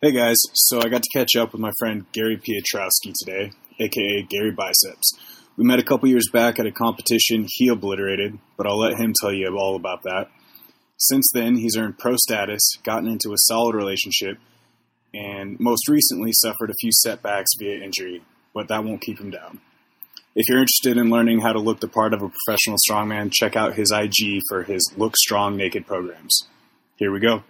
Hey guys, so I got to catch up with my friend Gary Piotrowski today, aka Gary Biceps. We met a couple years back at a competition he obliterated, but I'll let him tell you all about that. Since then, he's earned pro status, gotten into a solid relationship, and most recently suffered a few setbacks via injury, but that won't keep him down. If you're interested in learning how to look the part of a professional strongman, check out his IG for his Look Strong Naked programs. Here we go.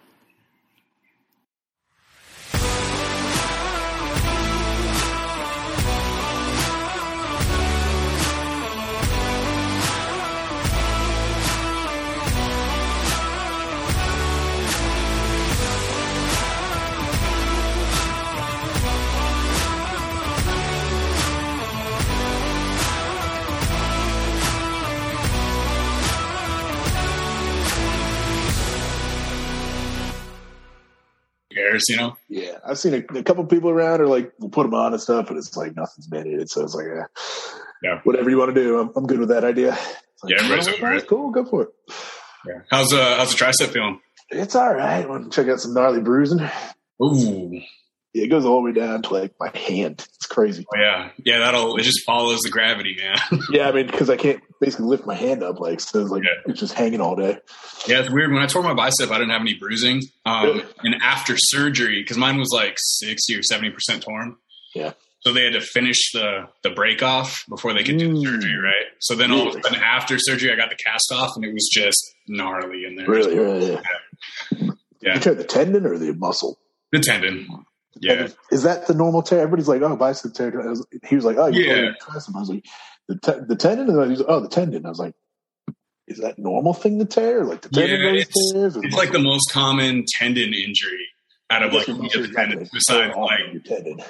Garris, you know? Yeah, I've seen a, a couple people around or like will put them on and stuff, but it's like nothing's mandated. So it's like, eh, Yeah. whatever you want to do, I'm, I'm good with that idea. It's like, Yeah, everybody's "Alright, over alright, it." Cool, go for it. How's uh how's the tricep feeling? It's all right. Want to check out some gnarly bruising? Ooh. Yeah, it goes all the way down to like my hand. It's crazy. Oh, yeah, yeah. That'll it just follows the gravity, man. Yeah, I mean, because I can't basically lift my hand up, like so, it's like Yeah. it's just hanging all day. yeah, it's weird. When I tore my bicep, I didn't have any bruising, um, Really? and after surgery, because mine was like sixty or seventy percent torn. Yeah. So they had to finish the the break off before they could do the Mm. surgery, right? So then all of a Really? sudden, after surgery, I got the cast off, and it was just gnarly in there. Really, really. Yeah. Yeah. You tear the tendon or the muscle? The tendon. Yeah. Is that the normal tear? Everybody's like, oh, bicep tear. I was- He was like, oh, you Yeah. yeah. tricep. I was like, the, te- the tendon? And I was like, oh, the tendon. I was like, is that normal thing to tear? Like the tendon Yeah, always it's- tears? It's like the most common tendon injury out of like the other tendons besides like oh, your tendon.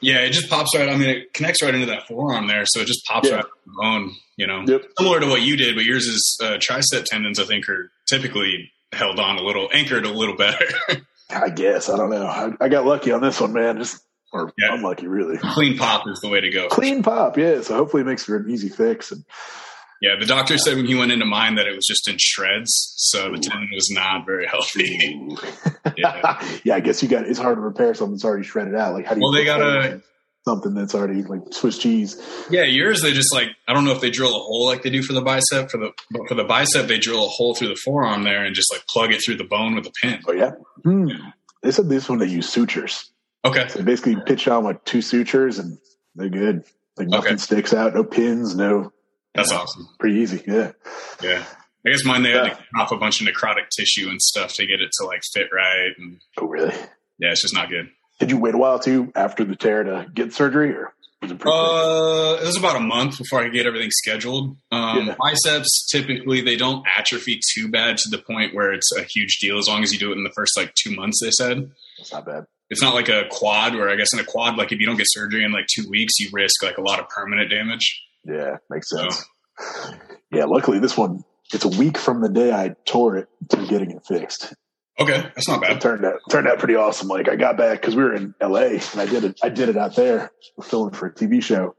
Yeah, it just pops right. I mean, it connects right into that forearm there, so it just pops Yeah. right out of the bone. You know, Yep. similar to what you did, but yours is uh, tricep tendons. I think are typically held on a little, anchored a little better. I guess. I don't know. I, I got lucky on this one, man. Just or Yeah. unlucky, really. Clean pop is the way to go. Clean pop, yeah. So hopefully it makes for an easy fix. And Yeah, the doctor said when he went into mine that it was just in shreds, so Ooh. the tendon was not very healthy. yeah. yeah. I guess you got. It's hard to repair something that's already shredded out. Like how do you? Well, they repair gotta- something that's already like Swiss cheese. Yeah, yours they just like I don't know if they drill a hole like they do for the bicep for the but for the bicep they drill a hole through the forearm there and just like plug it through the bone with a pin. Oh yeah. Hmm. They said this one they use sutures. Okay. So they basically pitch on like two sutures and they're good. Like nothing Okay. sticks out, no pins, no. That's awesome. Pretty easy. Yeah. Yeah. I guess mine they had Yeah. to cut off a bunch of necrotic tissue and stuff to get it to like fit right and Oh really? yeah, it's just not good. Did you wait a while too after the tear to get surgery, or was it pretty? quick? Uh it was about a month before I could get everything scheduled. Um Yeah. biceps typically they don't atrophy too bad to the point where it's a huge deal as long as you do it in the first like two months, they said. it's not bad. It's not like a quad where I guess in a quad, like if you don't get surgery in like two weeks, you risk like a lot of permanent damage. Yeah, makes So- sense. Yeah, luckily this one it's a week from the day I tore it to getting it fixed. Okay, that's not It bad. turned out turned out pretty awesome. Like I got back because we were in LA and I did it I did it out there. We're filming for a TV show.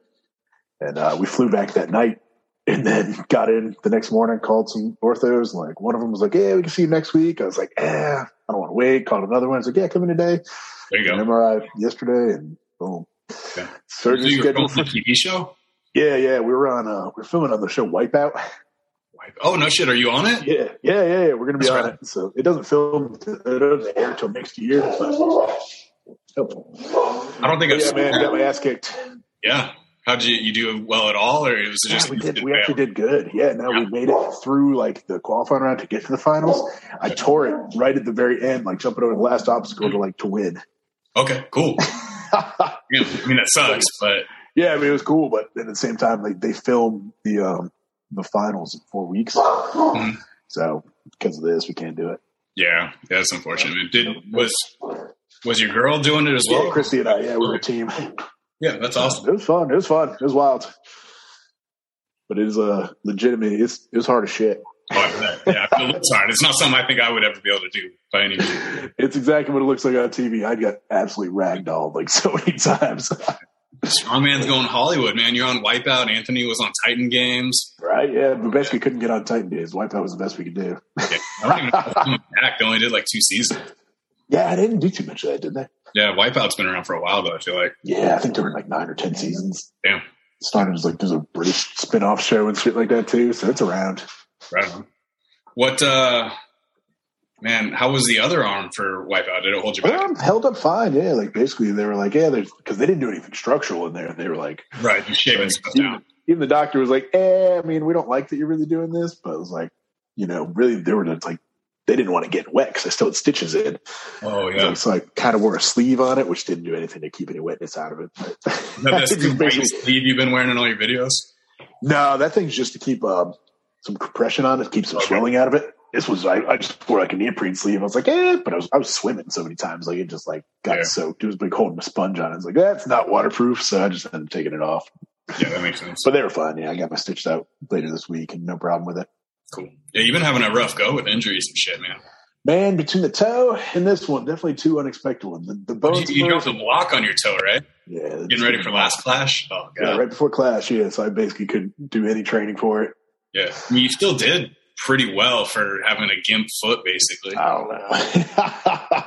And uh, we flew back that night and then got in the next morning, called some orthos, and like one of them was like, Yeah, we can see you next week. I was like, Eh, I don't want to wait, called another one, I was like, Yeah, come in today. There you An go. MRI yesterday and boom. Yeah. So Surgery you were filming scheduled the for TV show? Yeah, yeah. We were on uh we we're filming on the show Wipeout. Oh no shit, are you on it? Yeah, yeah, yeah, yeah. We're gonna be That's on right. it. So it doesn't film. It doesn't air till next year. but- Oh. I don't think I've yeah, seen man, that. got my ass kicked. Yeah. How'd you you do well at all, or it was it just Yeah, we did. We actually did good. Yeah, no, we made it through like the qualifying round to get to the finals. I tore it right at the very end, like jumping over the last obstacle to like to win. okay, cool. Yeah, I mean that sucks, but yeah, I mean it was cool, but at the same time, like they filmed the um the finals in four weeks, Mm-hmm. so because of this, we can't do it. yeah, that's unfortunate. man. Did was was your girl doing it as well? Yeah, Christy and I, yeah, we're a team. Yeah, that's awesome. It was fun. It was fun. It was wild. But it is uh, legitimate. It's it was hard as shit. Oh, I bet. yeah, I feel it's hard. It's not something I think I would ever be able to do by any means. It's exactly what it looks like on TV. I got absolutely ragdolled like so many times. Strongman's going Hollywood, man. You're on Wipeout. Anthony was on Titan Games. right? Yeah. The best we couldn't get on Titan days. Wipeout was the best we could do. I don't even know if I'm back. They only did like two seasons. Yeah, I didn't do too much of that, did they? Yeah, Wipeout's been around for a while though. I feel like Yeah, I think there were like nine or ten seasons. Damn. Started as like there's a British spin off show and shit like that too, so it's around. right on. What uh, man? How was the other arm for Wipeout? Did it hold you But back? I'm held up fine. Yeah, like basically they were like, yeah, there's because they didn't do anything structural in there. They were like, Right, you shaving stuff down. even the doctor was like, eh, I mean, we don't like that you're really doing this, but it was like, you know, really they were just like they didn't want to get wet because I still had stitches in. Oh yeah, So I kind of wore a sleeve on it, which didn't do anything to keep any wetness out of it. But Is that It's this just white basically- sleeve you've been wearing in all your videos? No, that thing's just to keep um, some compression on it, keep some Okay. swelling out of it. This was I, I just wore like a neoprene sleeve. I was like, eh, but I was I was swimming so many times, like it just like got Yeah. soaked. It was like holding a sponge on. it. It's like that's not waterproof, so I just ended up taking it off. Yeah, that makes sense. But they were fine. Yeah, I got my stitches out later this week, and no problem with it. Cool. Yeah, you've been having a rough go with injuries and shit, man. Man, between the toe and this one, definitely two unexpected ones. The, the bones. You, you dropped first. a block on your toe, right? yeah, Getting ready for last clash. Oh Yeah, god. right before class. Yeah, so I basically couldn't do any training for it. Yeah, I mean, you still did pretty well for having a gimp foot, basically. I don't know.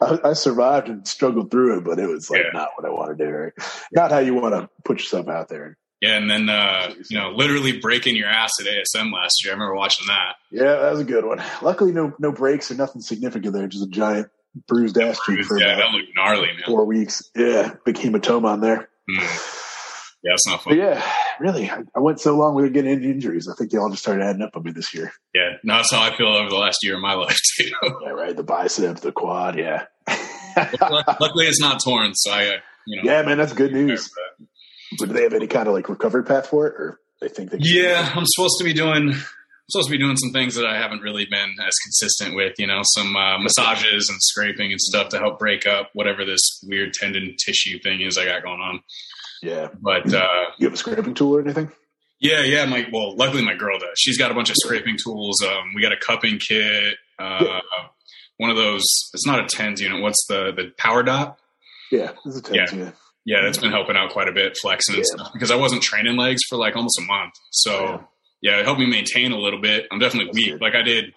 I, I survived and struggled through it, but it was like Yeah. not what I wanted to do. Right? Not how you want to put yourself out there. Yeah, and then uh, you know, literally breaking your ass at ASM last year. I remember watching that. Yeah, that was a good one. Luckily, no no breaks or nothing significant there. Just a giant bruised ass cheek for yeah, about that looked gnarly, man. four weeks. Yeah, big hematoma on there. Mm. Yeah, it's not But fun. yeah, really, I, I went so long without getting any injuries. I think they all just started adding up on me this year. Yeah, no, that's how I feel over the last year of my life too. Yeah, right. The bicep, the quad. Yeah. Luckily, it's not torn, so I, uh, you know. yeah, man, that's good prepare news. for that. But do they have any kind of like recovery path for it, or they think they? Yeah, I'm supposed to be doing I'm supposed to be doing some things that I haven't really been as consistent with, you know, some uh, massages and scraping and stuff to help break up whatever this weird tendon tissue thing is I got going on. yeah. But uh, You have a scraping tool or anything? yeah, yeah, my well, luckily my girl does. She's got a bunch of scraping tools. Um, we got a cupping kit. Uh, one of those. It's not a tens unit. What's the the power dot? Yeah, this is a tennis, yeah. Yeah, that's been helping out quite a bit, flexing and Yeah. stuff because I wasn't training legs for like almost a month. So yeah, it helped me maintain a little bit. I'm definitely That's weak. good. Like I did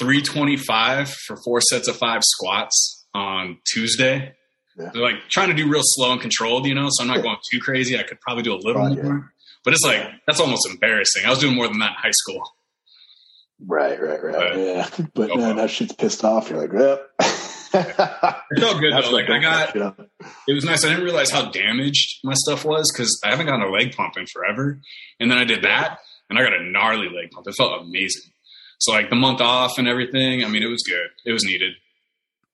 325 for four sets of five squats on Tuesday. Yeah. They're like trying to do real slow and controlled, you know, so I'm not Yeah. going too crazy. I could probably do a little Right, more. But it's like that's almost embarrassing. I was doing more than that in high school. Right, right, right. Right. Yeah, but Oh, no, well. now shit's pissed off. You're like, yep. It felt good That's though. what Like I got you know. it was nice. I didn't realize how damaged my stuff was because I haven't gotten a leg pump in forever. And then I did that and I got a gnarly leg pump. It felt amazing. So like the month off and everything, I mean it was good. It was needed.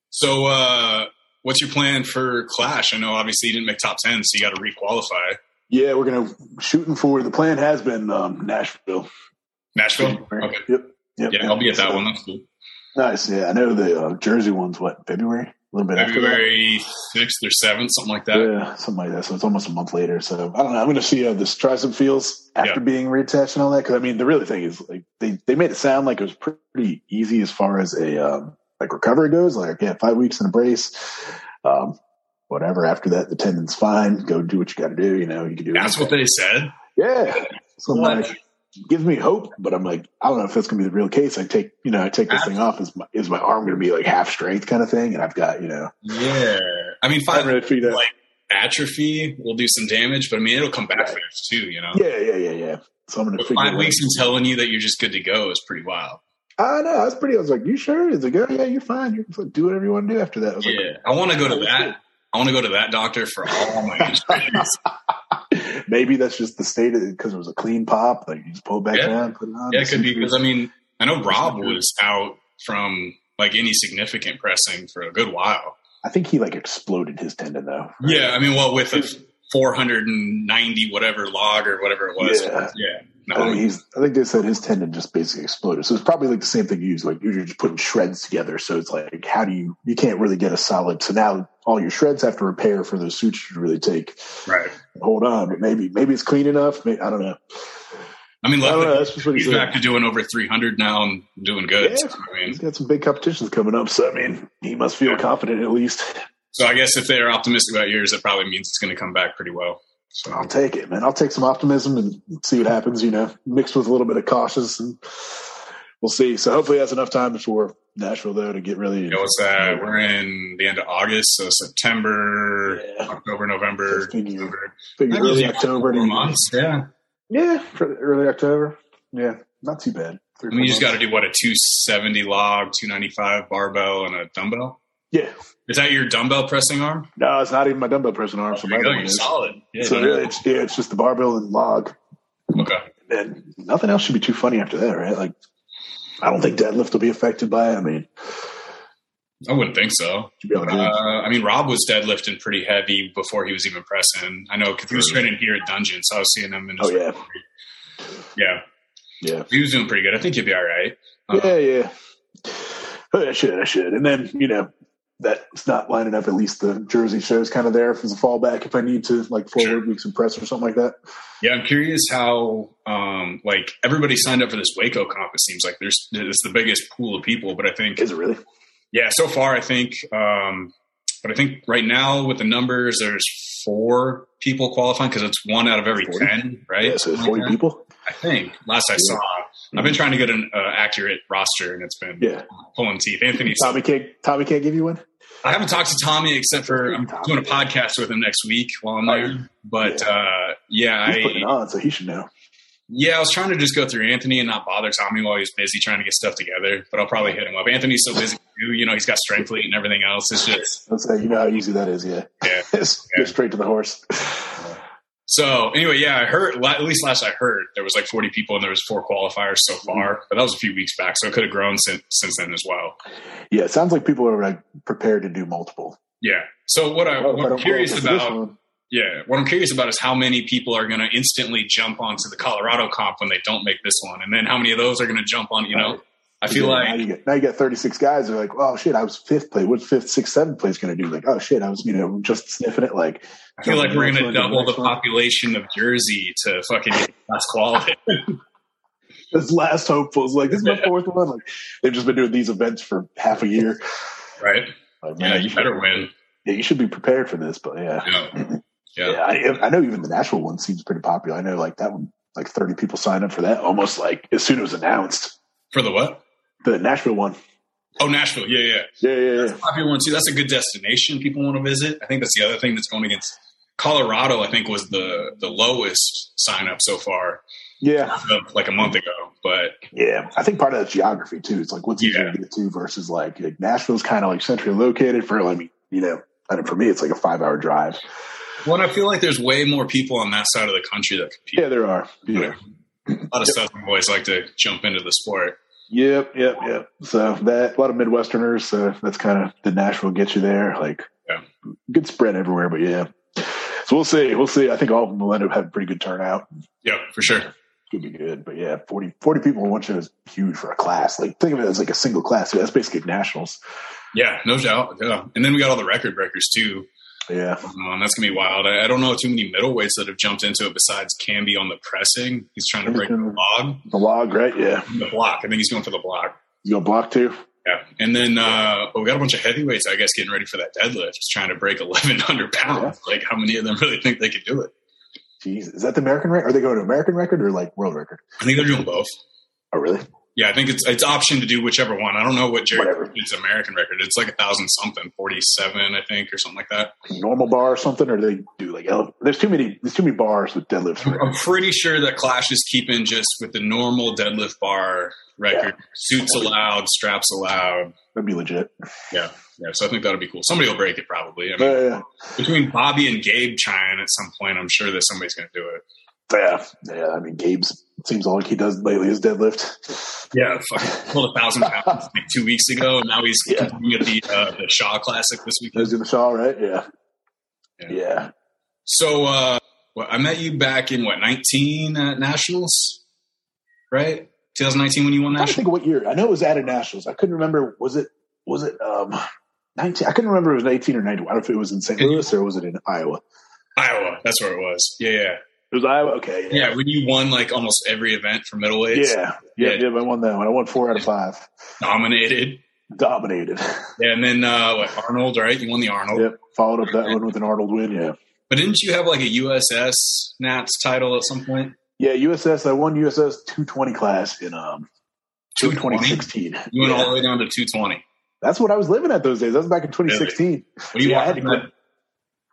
So uh what's your plan for Clash? I know obviously you didn't make top ten, so you gotta requalify. Yeah, we're gonna shooting for the plan has been um, Nashville. Nashville? Okay. Yep. Yep. Yeah, I'll be at that So- one. That's cool. Nice. Yeah, I know the uh, Jersey one's what February, a little bit after that. February sixth or seventh, something like that. Yeah, something like that. So it's almost a month later. So I don't know. I'm going to see how this tricep feels after Yeah. being reattached and all that. Because I mean, the really thing is like they, they made it sound like it was pretty easy as far as a um, like recovery goes. Like yeah, five weeks in a brace, um, whatever. After that, the tendon's fine. Go do what you got to do. You know, you can do. That's what they said. Yeah. So I'm What? like, gives me hope, but I'm like, I don't know if that's gonna be the real case. I take, you know, I take this thing off. Is my is my arm gonna be like half strength kind of thing? And I've got, you know, Yeah. I mean I five haven't really figured out. like atrophy will do some damage, but I mean it'll come back Right. fast too, you know. Yeah, yeah, yeah, yeah. So I'm gonna But figure five out. weeks and telling you that you're just good to go is pretty wild. I know. I was pretty. I was like, "You sure?" Is it good? Yeah, you're fine. You can do whatever you want to do after that. I was Yeah, I want to go to that. I want to go to that doctor for all my injuries. like, "Maybe that's just the state of because it was a clean pop. Like you just pull it back Yeah. down, put it on." yeah, it could be because I mean I know Rob was out from like any significant pressing for a good while. I think he like exploded his tendon though. Yeah, I mean, well, with a 490 whatever log or whatever it was. Yeah. Oh, yeah. I think No, he's. I think they said his tendon just basically exploded. So it's probably like the same thing you use. Like you're just putting shreds together. So it's like, how do you? You can't really get a solid. So now all your shreds have to repair for those sutures to really take right. hold on. But maybe maybe it's clean enough. Maybe, I don't know. I mean, I don't know. luckily That's just what he he's said. back to doing over 300 now and doing good. Yeah. So, I mean, He's got some big competitions coming up, so I mean, he must feel Yeah. confident at least. So I guess if they're optimistic about yours, that probably means it's going to come back pretty well. So I'll take it, man. I'll take some optimism and see what happens. You know, mixed with a little bit of cautious and we'll see. So hopefully that's enough time before Nashville though to get really. You know, what's that? We're in the end of August, so September, Yeah. October, November. Just thinking- November. Figure That early gives you October. Four to- months, yeah. Yeah, for early October. Yeah, not too bad. Three, I mean, four you just got months. to do what a 270 log, 295 barbell, and a dumbbell. Yeah, Is that your dumbbell pressing arm? no, it's not even my dumbbell pressing arm. So my There you other go, one you're is. solid. Yeah, So really, it's, yeah, it's just the barbell and log. okay. And nothing else should be too funny after that, right? Like, I don't think deadlift will be affected by it. I mean, I wouldn't think so. should be able to do it. Uh, I mean, Rob was deadlifting pretty heavy before he was even pressing. I know because he was training here at Dungeon, so I was seeing him in Oh his. yeah, yeah. yeah, He was doing pretty good. I think he'd be all right. Uh, yeah, yeah. Oh, I should, I should. And then you know, that's not lining up. At least the Jersey show is kind of there as a fallback if I need to, like four Sure. weeks of press or something like that. Yeah, I'm curious how um, like everybody signed up for this Waco comp. It seems like there's it's the biggest pool of people, but I think Is it really? yeah, so far I think. Um, but I think right now with the numbers, there's four people qualifying because it's one out of every 40? ten, right? Yeah, so it's Something forty like that. people. I think last I Yeah. Mm-hmm. saw. I've been trying to get an uh, accurate roster, and it's been Yeah, pulling teeth. Anthony, Tommy can't. Tommy can't give you one. I haven't talked to Tommy except for I'm Tommy. doing a podcast with him next week while I'm Oh, there. But uh, yeah, He's I putting it on, so he should know. yeah, I was trying to just go through Anthony and not bother Tommy while he's busy trying to get stuff together. But I'll probably hit him up. Anthony's so busy too. You know, he's got strength lead and everything else. It's just Let's say you know how easy that is. Yeah, Yeah. It's- Yeah. Go straight to the horse. so. Anyway, yeah, I heard la- at least last I heard there was like 40 people and there was four qualifiers so Mm-hmm. far. But that was a few weeks back, so it could have grown since since then as well. Yeah, it sounds like people are like prepared to do multiple. Yeah. So what, I, Oh, if I what I'm don't curious qualify for this about one, Yeah, what I'm curious about is how many people are going to instantly jump onto the Colorado comp when they don't make this one, and then how many of those are going to jump on. You know, I feel yeah, now like you get now you got thirty six guys who are like, oh shit, I was fifth place. What's fifth, sixth, seventh place going to do? Like, oh shit, I was you know just sniffing it. Like, I feel like we're going to Next one, double the next one. population of Jersey to fucking get last quality. this last hopeful is like this is my Yeah. fourth one. Like they've just been doing these events for half a year. right? Like, Yeah, man, you better win. Yeah, you should be prepared for this. But yeah, Yeah, yeah, I, I know even the Nashville one seems pretty popular. I know like that one, like thirty people signed up for that almost like as soon as it was announced. for the what? The Nashville one. Oh, Nashville. Yeah, yeah. Yeah, yeah, yeah. popular one too. That's a good destination people want to visit. I think that's the other thing that's going against Colorado. I think was the the lowest sign up so far, Yeah. uh, like a month ago. But Yeah. I think part of that's geography too. It's like what's easier Yeah. to get to versus like, like Nashville's kind of like centrally located for, I mean, you know, I mean, for me, it's like a five hour drive. Well, and I feel like there's way more people on that side of the country that compete. Yeah, there are. Yeah. A lot of Southern boys like to jump into the sport. Yep. Yep. Yep. So that, a lot of Midwesterners. So that's kind of the Nashville gets you there. Like, Yeah. good spread everywhere, but yeah. So we'll see. We'll see. I think all of them will end up having pretty good turnout. Yeah, for sure. Could be good, but yeah, 40, 40 people in one show is huge for a class. Like, think of it as like a single class. That's basically nationals. Yeah, no doubt. Yeah. And then we got all the record breakers too. Yeah. Um, that's gonna be wild. I, I don't know too many middleweights that have jumped into it besides Camby on the pressing. He's trying to break the log, The log, right? Yeah. the block. I think he's going for the block. You gonna block too? Yeah. And then uh, we got a bunch of heavyweights, I guess, getting ready for that deadlift. Just trying to break 1,100 pounds. Like, how many of them really think they could do it? Jeez, is that the American record? Are they going to American record or like world record? I think they're doing both. Oh, really? Yeah, I think it's it's option to do whichever one. I don't know what Jerry Whatever. It's American record. It's like a thousand something, forty seven, I think, or something like that. Normal bar or something? Or do they do like ele- there's too many there's too many bars with deadlifts. I'm I'm pretty sure that Clash is keeping just with the normal deadlift bar record. Suits allowed, straps allowed. That'd be legit. Yeah, so I think that'll be cool. Somebody will break it probably. I mean, Yeah, between Bobby and Gabe trying at some point, I'm sure that somebody's going to do it. yeah, yeah. I mean, Gabe's seems all like he does lately is deadlift. Yeah, fucking pulled a thousand pounds like two weeks ago, and now he's Yeah. competing at the uh, the Shaw Classic this weekend. Those in the shawl, right? Yeah. Yeah. yeah, So uh, well, I met you back in what 19 at Nationals, right? 2019 when you won I'm trying to Nationals. think of what year. I know it was at a nationals. I couldn't remember. Was it was it um nineteen? I couldn't remember. if It was eighteen or ninety. I don't know if it was in St. Louis or was it in Iowa. Iowa, that's where it was. Yeah, yeah, It was Iowa. Okay. yeah. When you won like almost every event for Yeah. middleweights, Yeah. Yeah. yeah I won that one. I won four out of five. dominated. Dominated. Yeah, and then uh, what Arnold, right? You won the Arnold, Yep. Followed up that one with an Arnold win. Yeah. but didn't you have like a USS Nats title at some point? Yeah. USS. I won USS 220 class in um to 2016. You went Yeah. all the way down to 220. That's what I was living at those days. That was back in 2016. What do you Yeah, I walk had to around with?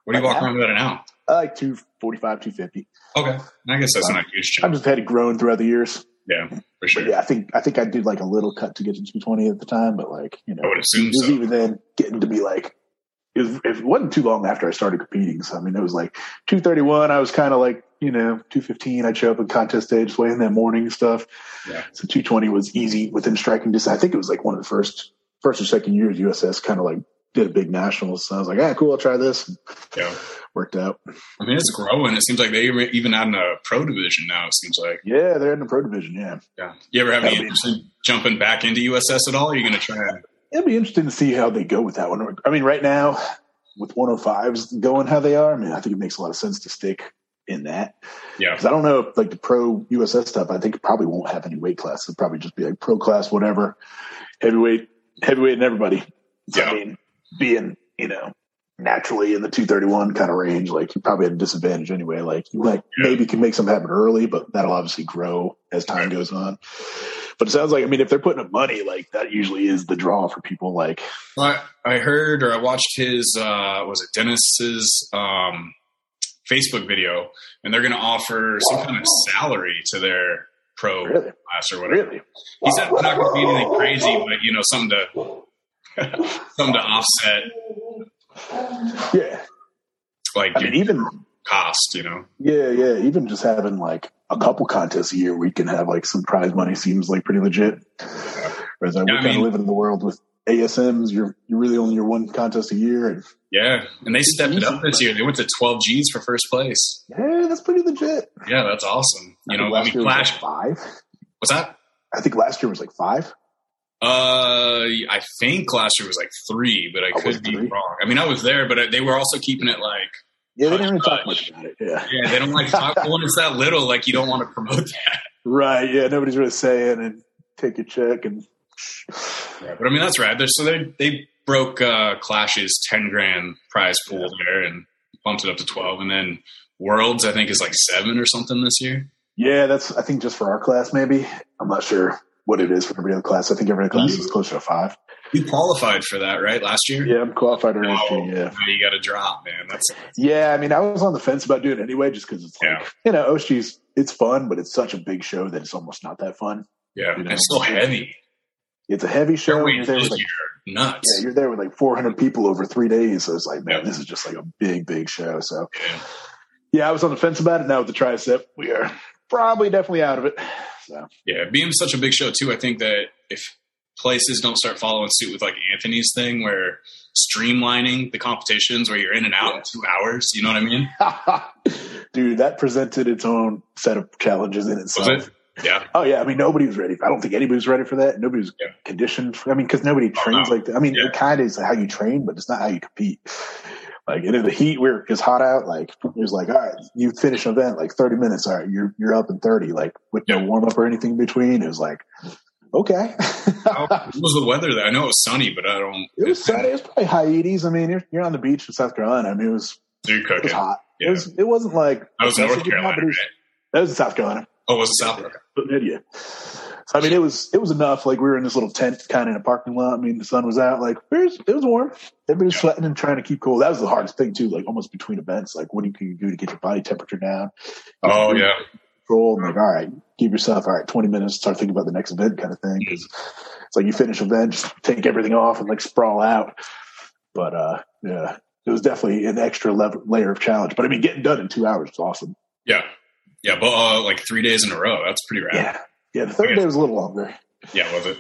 What do Like you walk that? around with now? I like 245, 250. Okay, I guess that's not a huge I've change. just had it grown throughout the years. Yeah, for But sure. yeah, I think I think I did like a little cut to get to 220 at the time, but like you know, I would assume it was so. even then getting to be like it, was, it wasn't too long after I started competing. So I mean, it was like 231. I was kind of like you know 215. I'd show up at contest day just weighing that morning and stuff. Yeah. So 220 was easy within striking distance. I think it was like one of the first first or second years USS kind of like did a big nationals. So I was like, ah, cool, I'll try this. Yeah. Worked out. I mean, it's growing. It seems like they even- even out in a pro division now. It seems like. Yeah, they're in the pro division. Yeah. Yeah. You ever have any That'll be interest in jumping back into USS at all? Are you going to try? it? It'll be interesting to see how they go with that one. I mean, right now, with 105s going how they are, I mean, I think it makes a lot of sense to stick in that. Yeah. Because I don't know if, like, the pro USS stuff, I think it probably won't have any weight class. It'll probably just be like pro class, whatever, heavyweight, heavyweight, and everybody. So, Yeah. I mean, being, you know, naturally in the 231 kind of range, like, you're probably at a disadvantage anyway. Like, you like Yeah. maybe can make something happen early, but that'll obviously grow as time goes on. But it sounds like, I mean, if they're putting up money, like, that usually is the draw for people. Like, But I heard or I watched his uh, was it Dennis's um, Facebook video, and they're going to offer some kind of salary to their pro Really? class or whatever. Really? He said it's not going to be anything crazy, but you know, something to something to offset Yeah. like I mean, your even cost. You know, yeah, yeah, even just having like a couple contests a year, we can have like some prize money. Seems like pretty legit. Whereas like, Yeah, we're I kind mean- of living in the world with ASMs. You're you're really only your one contest a year, and yeah. And they stepped it up this year. They went to twelve G's for first place. yeah, that's pretty legit. Yeah, that's awesome. You I think know, I mean, year was Flash. like five. What's that? I think last year was like five. Uh, I think last year was like three, but I Oh, was could be three? wrong. I mean, I was there, but uh, they were also keeping it like, Yeah, they didn't really Hush, talk much about it. Yeah, yeah, they don't like talk when it's that little. Like, you don't want to promote that. right. Yeah, nobody's really saying and take your check and. But I mean, that's right. They're, so they they broke uh, Clash's ten grand prize pool there and bumped it up to twelve, and then Worlds I think is like seven or something this year. Yeah, that's I think just for our class maybe. I'm not sure what it is for every other class. I think every other class Mm-hmm. is closer to five. You qualified for that, right? Last year. Yeah, I'm qualified to Wow. RSG, yeah. Now you got to drop, man. That's Yeah, I mean, I was on the fence about doing it anyway, just because it's like, Yeah. you know, OSG's, it's fun, but it's such a big show that it's almost not that fun. yeah. You know. it's so heavy. It's a heavy Their show. and You're weight there, this with like, year, nuts. yeah, you're there with like 400 people over three days. So it's like, man, Yeah. this is just like a big, big show. So, Yeah. yeah, I was on the fence about it. Now with the tricep, we are probably definitely out of it. So, Yeah, being such a big show too, I think that if places don't start following suit with like Anthony's thing, where streamlining the competitions, where you're in and out in two hours, you know what I mean? dude, that presented its own set of challenges in itself. it? Yeah, Oh yeah, I mean nobody was ready. I don't think anybody was ready for that. Nobody was Yeah. Oh, conditioned. For, I mean, because nobody trains no. like that. I mean, Yeah. it kind of is how you train, but it's not how you compete. Like in the heat, where it's hot out, like it was like, all right, you finish an event like thirty minutes. All right, you're you're up in thirty, like with no Yeah. warm up or anything in between. It was like, okay, How what was the weather there? I know it was sunny, but I don't. it was Saturday. It was probably high eighties. I mean, you're you're on the beach in South Carolina. I mean, it was You're it was cooking. hot. Yeah. It was it wasn't like I was in North excessively hot, Carolina. but it Right? was- That was in South Carolina. Oh, was it South? Okay. But did you? So I mean, it was it was enough. Like we were in this little tent, kind of in a parking lot. I mean, the sun was out. Like it was, it was warm. Everybody was Yeah. sweating and trying to keep cool. That was the hardest thing too. Like almost between events, like what do you- can you do to get your body temperature down? Oh yeah, Control. And like, all right, give yourself all right twenty minutes. Start thinking about the next event, kind of thing. Because it's like you finish event, just take everything off and like sprawl out. But uh, yeah, it was definitely an extra level, layer of challenge. But I mean, getting done in two hours was awesome. yeah, yeah. But uh, like three days in a row. That's pretty rad. Yeah, Yeah, yeah. The third day was a little longer. was it?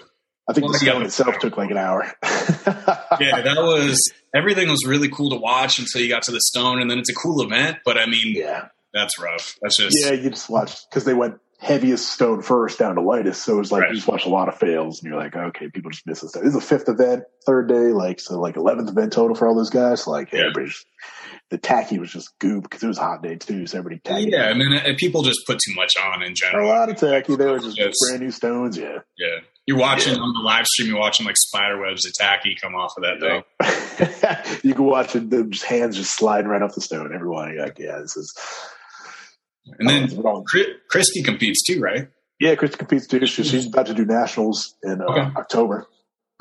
I think Well, the yeah, stone but- itself took like an hour. Yeah, that was. Everything was really cool to watch until you got to the stone, and then it's a cool event. But I mean, yeah, that's rough. That's just yeah. You just watched because they went heaviest stone first down to lightest, so it was like Right. you just watched a lot of fails, and you're like, okay, people just miss this. This is the fifth event, third day, like so, like eleventh event total for all those guys. So, like Yeah. everybody's the tacky was just goop because it was a hot day too, so everybody tacky. Yeah, I mean, uh, people just put too much on in a general. lot of tacky. They were just Yes. brand new stones. Yeah, Yeah, you're watching Yeah. on the live stream. You're watching like spider webs attacky come off of that thing. you can watch it, them just hands just sliding right off the stone. Everyone, you're like, yeah, this is. And then wrong. Chri- Christy competes too, right? Yeah, Kristen competes too. She, she's about to do nationals in uh, Okay. October,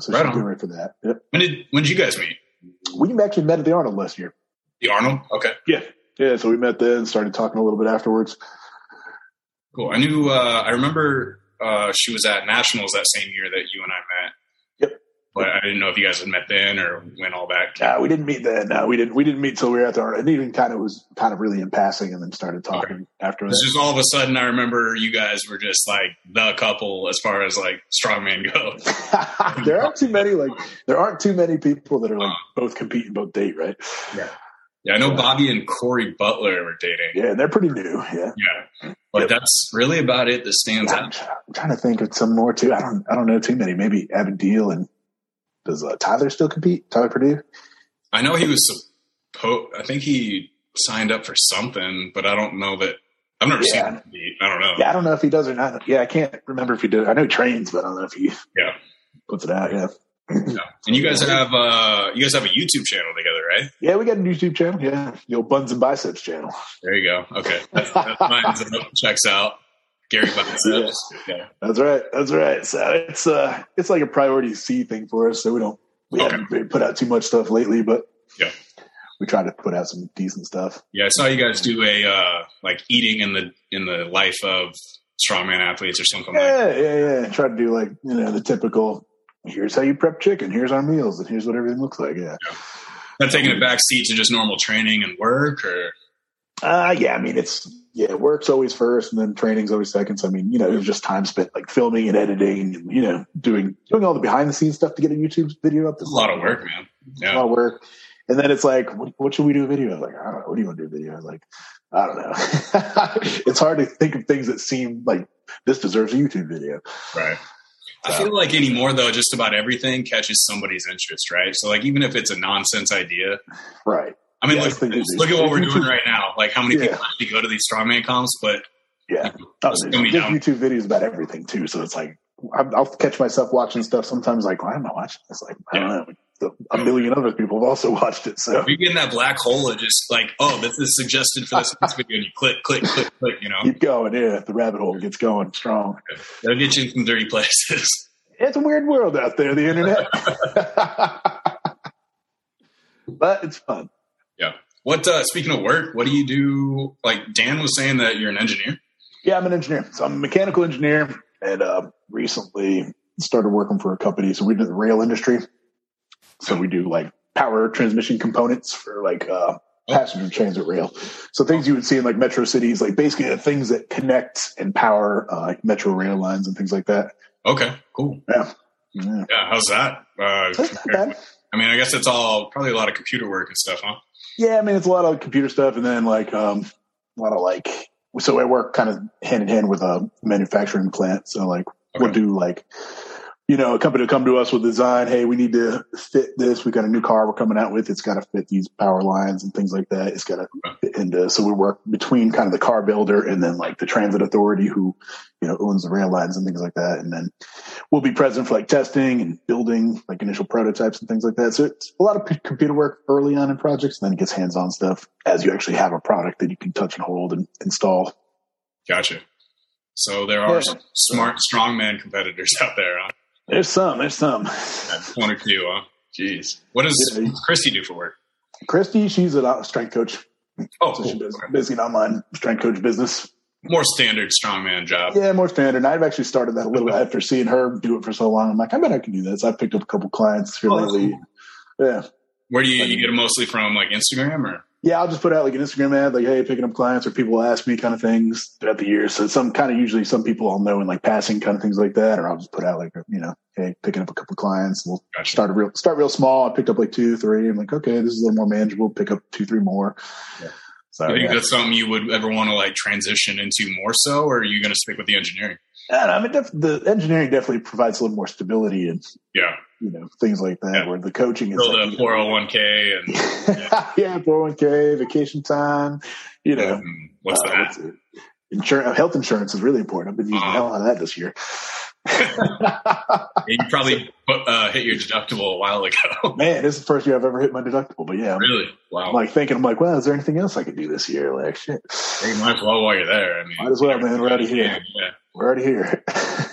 so Right she's on. doing ready for that. Yep. When did when did you guys meet? We actually met at the Arnold last year. The Arnold. Okay, Yeah, yeah. So we met then, started talking a little bit afterwards. cool. I knew. Uh, I remember uh, she was at nationals that same year that you and I met. Yep. But I didn't know if you guys had met then or when all that. Nah, we didn't meet then. No, we didn't. We didn't meet till we were at the Arnold, and even kind of was kind of really in passing, and then started talking after It's that. just all of a sudden I remember you guys were just like the couple as far as like strongman go. there aren't too many like there aren't too many people that are like both compete and both date, right? Yeah, I know Bobby and Corey Butler were dating. Yeah, and they're pretty new. Yeah. Yeah. But that's really about it that stands I'm, out. tr- I'm trying to think of some more too. I don't I don't know too many. Maybe Abadil and does uh, Tyler still compete? Tyler Purdue? I know he was supposed, I think he signed up for something, but I don't know that. I've never seen Yeah. him compete. I don't know. Yeah, I don't know if he does or not. Yeah, I can't remember if he did. I know he trains, but I don't know if he Yeah. puts it out. Yeah. And you guys have uh you guys have a YouTube channel together, right? Yeah, we got a YouTube channel. Yeah. The old Buns and Biceps channel. There you go. Okay. That's, that's mine's up, checks out. Gary Biceps. Yeah. That's right. That's right. So it's uh it's like a priority C thing for us. So we don't we Okay. haven't really put out too much stuff lately, but Yeah. we try to put out some decent stuff. Yeah, I saw you guys do a uh like eating in the in the life of strongman athletes or something like that. Yeah, yeah, yeah. Try to do like you know the typical. Here's how you prep chicken. Here's our meals, and here's what everything looks like. Yeah. Not taking a back seat to just normal training and work or Uh yeah. I mean, it's yeah. Work's always first, and then training's always second. So I mean, you know, it was just time spent like filming and editing, and you know, doing doing all the behind the scenes stuff to get a YouTube video up. it's a lot of work, man. A Yeah. lot of work. And then it's like, what, what should we do a video? of? Like, I don't know. What do you want to do a video? of? Like, I don't know. it's hard to think of things that seem like this deserves a YouTube video. Right. I So- feel like anymore though, just about everything catches somebody's interest, right? So like even if it's a nonsense idea, Right. I mean Yeah, I look, think it is. look at what we're doing right now. Like how many Yeah. people actually go to these strongman comps, but Yeah. you know, Oh, it's dude, gonna be there's down. YouTube videos about everything too, so it's like I'm, I'll catch myself watching stuff sometimes. Like, why am I watching this? Like, I don't know. A million other people have also watched it, so you get in that black hole of just like, oh, this is suggested for this next video, and you click, click, click, click. You know, keep going. Yeah, the rabbit hole gets going strong. that'll get you in some dirty places. It's a weird world out there, the internet, but it's fun. What? Uh, speaking of work, what do you do? Like Dan was saying that you're an engineer. Yeah, I'm an engineer, so I'm a mechanical engineer, and um, recently started working for a company. So we do the rail industry, so we do like power transmission components for like uh, passenger transit rail. So things you would see in like metro cities, like basically the things that connect and power uh, like metro rail lines and things like that. Okay, cool. Yeah. Yeah, how's that? Uh, That's not bad. I mean, I guess it's all probably a lot of computer work and stuff, huh? Yeah, I mean it's a lot of computer stuff, and then like um, a lot of like. So I work kind of hand in hand with a manufacturing plant. So like we'll Okay. do like, you know, a company will come to us with design. Hey, we need to fit this. We got a new car we're coming out with. It's got to fit these power lines and things like that. It's got to, and uh, so we work between kind of the car builder and then like the transit authority who, you know, owns the rail lines and things like that. And then we'll be present for like testing and building like initial prototypes and things like that. So it's a lot of p- computer work early on in projects and then it gets hands on stuff as you actually have a product that you can touch and hold and install. Gotcha. So there are Yeah. some smart strongman competitors out there, huh? There's some, there's some. One or two, huh? Jeez. What does Yeah. Christy do for work? Christy, she's a strength coach. Oh, So she cool. does basically an online strength coach business. more standard strongman job. Yeah, more standard. And I've actually started that a little after seeing her do it for so long. I'm like, I bet I can do this. I've picked up a couple clients here Oh, that's lately. Yeah. Where do you, you get it mostly from, like Instagram or? Yeah, I'll just put out like an Instagram ad, like, hey, picking up clients or people will ask me kind of things throughout the year. So some kind of usually some people I'll know in like passing kind of things like that. Or I'll just put out like, you know, hey, picking up a couple clients. We'll Gotcha. start a real start real small. I picked up like two, three. I'm like, okay, this is a little more manageable. Pick up two, three more. Yeah. So I think yeah. that's something you would ever want to like transition into more so, or are you going to stick with the engineering? And I mean, def- the engineering definitely provides a little more stability and Yeah. you know things like that. Yeah. Where the coaching is Build oh like, a 401k and yeah, four hundred one k, vacation time. You know, and what's uh, that? what's it? Insur- health insurance is really important. I've been using Uh-huh. the hell out of that this year. You probably uh, hit your deductible a while ago. Man, this is the first year I've ever hit my deductible. But yeah, I'm, really? Wow. I'm like thinking, I'm like, well, is there anything else I could do this year? Like, shit. Hey, you might as well while you're there. I mean, Might as well, man. We're outta here. Yeah. We're already here.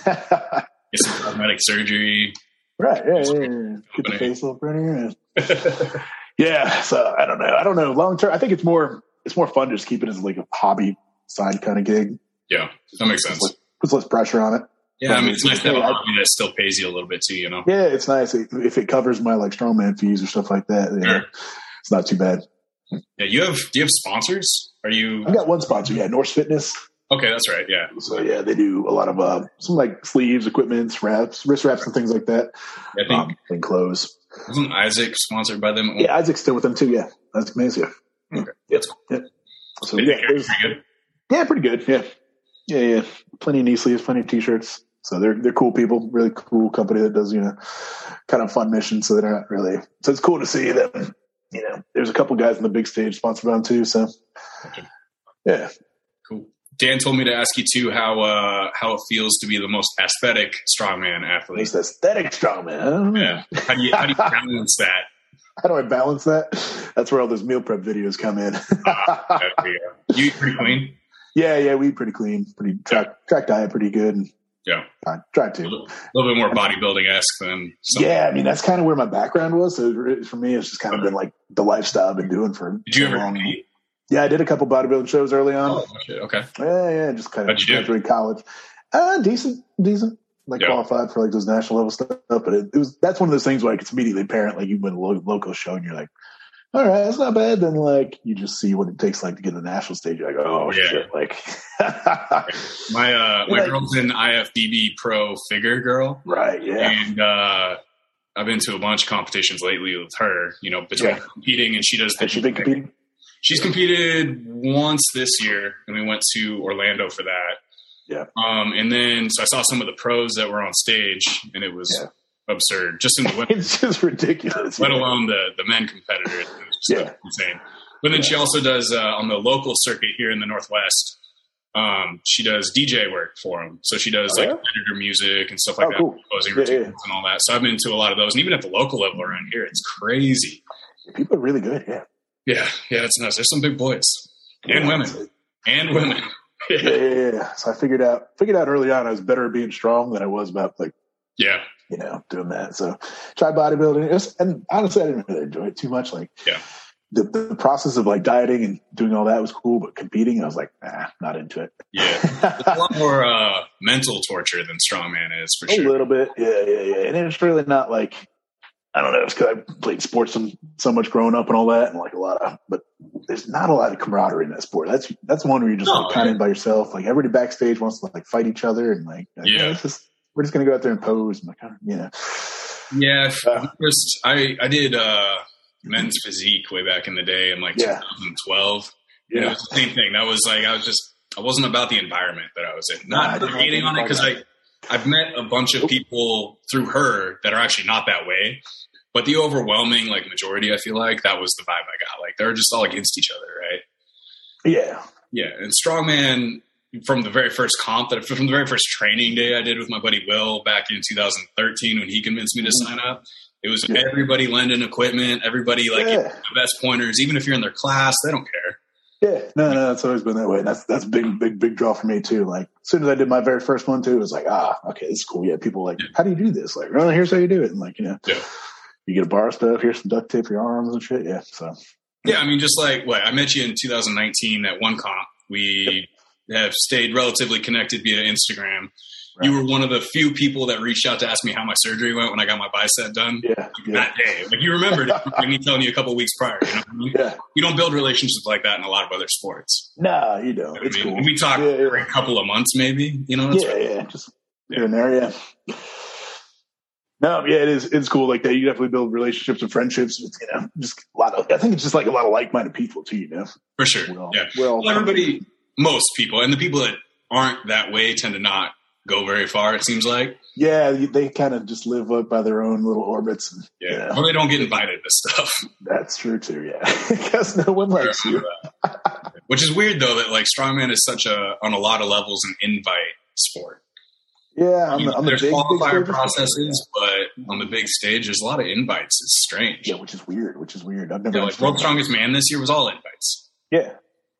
Get some cosmetic surgery. right. Yeah, yeah, yeah, yeah. Get the facial printer. And- yeah. So I don't know. I don't know. Long term, I think it's more it's more fun to just keep it as like a hobby side kind of gig. yeah, that makes sense. Puts, puts less pressure on it. Yeah, I mean, it's nice to have a hobby that still pays you a little bit too, you know? Yeah, it's nice if if it covers my like strongman fees or stuff like that. Yeah, Sure. It's not too bad. Yeah, you have, do you have sponsors? Are you, I got one sponsor. Yeah, Norse Fitness. okay, that's right. Yeah. So yeah, they do a lot of uh, some like sleeves, equipment, wraps, wrist wraps, and things like that, I think, um, and clothes. wasn't Isaac sponsored by them? at one Yeah, Isaac's still with them too. Yeah, Isaac Masia. Okay, that's cool. Yeah. So They yeah, take care of there's- you pretty good. yeah, pretty good. Yeah, yeah, yeah. Plenty of knee sleeves, plenty of t-shirts. So they're they're cool people. Really cool company that does you know kind of fun missions. So they're not really. So it's cool to see them. You know, there's a couple guys on the big stage sponsored by them too. So yeah, Cool. Dan told me to ask you too how uh, how it feels to be the most aesthetic strongman at athlete. least aesthetic strong man. Yeah. How do you how do you balance that? How do I balance that? That's where all those meal prep videos come in. Uh, yeah. You eat pretty clean. yeah, yeah, we eat pretty clean, pretty track, track diet, pretty good. And Yeah. I try A to. little, little bit more bodybuilding esque than some. Yeah, I mean that's kind of where my background was. So it- for me, it's just kind of been like the lifestyle I've been doing for. Did you so ever long. compete? Yeah, I did a couple bodybuilding shows early on. Oh shit. Okay. Yeah, yeah, just kind of How'd you do? graduated college. Uh, decent, decent. Like Yeah. qualified for like those national level stuff, but it, it was that's one of those things where like it's immediately apparent. Like you win a lo- local show and you're like, all right, that's not bad. Then like you just see what it takes like to get to the national stage. You're like, oh Yeah. shit, like My uh, my Yeah. girl's an IFBB pro figure girl, right, yeah, and uh, I've been to a bunch of competitions lately with her. You know, between Yeah. competing and she does. the Has she been competing? She's competed once this year, and we went to Orlando for that. Yeah. Um, and then so I saw some of the pros that were on stage, and it was absurd. Just in the women, It's just ridiculous. let alone the the men competitors, it was just Yeah. insane. But then she also does uh, on the local circuit here in the Northwest. Um, she does DJ work for them, so she does Oh, like yeah? editor music and stuff like oh, that, cool. closing Yeah, yeah. routines and all that. So I've been to a lot of those, and even at the local level around here, it's crazy. People are really good. Yeah, Yeah, yeah, it's nuts. There's some big boys and Yeah, women it's- and women. Yeah, yeah, yeah. So I figured out figured out early on I was better at being strong than I was about like Yeah, you know doing that. So try bodybuilding, It was- and honestly, I didn't really enjoy it too much. Like, Yeah. the, the process of like dieting and doing all that was cool, but competing, I was like, nah, not into it. yeah. A lot more uh, mental torture than strongman is for a sure. little bit, yeah, yeah, yeah. And it's really not like I don't know. It's because I played sports so, so much growing up and all that, and like a lot of, but there's not a lot of camaraderie in that sport. That's that's one where you're just No, like, kind of by yourself. Like everybody backstage wants to like fight each other, and like, like, Yeah. "Oh, let's just- we're just gonna go out there and pose, and like, oh, you know, Yeah, f- Uh. first I I did uh, men's physique way back in the day in like Yeah. 2012. Yeah. it was the same thing. That was like I was just I wasn't about the environment that I was in. Nah, I Not didn't like hating the on it because I I've met a bunch of people through her that are actually not that way. But the overwhelming like majority, I feel like that was the vibe I got. Like they were just all against each other, right? yeah, Yeah, and strongman from the very first comp that from the very first training day I did with my buddy Will back in 2013 when he convinced me to sign up. It was Yeah. everybody lending equipment, everybody like yeah. the best pointers, even if you're in their class, they don't care. Yeah, no, no, it's always been that way. That's that's a big, big, big draw for me too. Like as soon as I did my very first one too, it was like, ah, okay, this is cool. Yeah, people like, how do you do this? Like, well, here's how you do it. And like, you know, Yeah. you get a bar of stuff. Here's some duct tape for your arms and shit. Yeah, so Yeah, I mean, just like what I met you in 2019 at one comp, we have stayed relatively connected via Instagram. You Right. were one of the few people that reached out to ask me how my surgery went when I got my bicep done. yeah, yeah, That day, like you remembered, it from me telling you a couple weeks prior. You know what I mean? yeah. you don't build relationships like that in a lot of other sports. Nah, you know, I it's mean, cool. We talk Yeah, yeah. for a couple of months, maybe. You know, that's yeah, right. yeah, just here and there, yeah. No, yeah, it is. It's cool like that. You definitely build relationships and friendships with you know just a lot of. I think it's just like a lot of like-minded people too. You know, for sure. we all, yeah, we all well, everybody, most people, and the people that aren't that way tend to not go very far. It seems like, Yeah, they kind of just live up by their own little orbits. And yeah, Yeah. or they don't get invited to stuff. that's true too. Yeah, because no one likes uh, you. Which is weird though that like strongman is such a on a lot of levels an invite sport. Yeah, I'm, I mean, the- I'm the big, there's big qualifier surgeon. processes, but on the big stage, there's a lot of invites. It's strange. Yeah, which is weird. Which is weird. I've never. Yeah, like understood World that. Strongest Man this year was all invites. Yeah,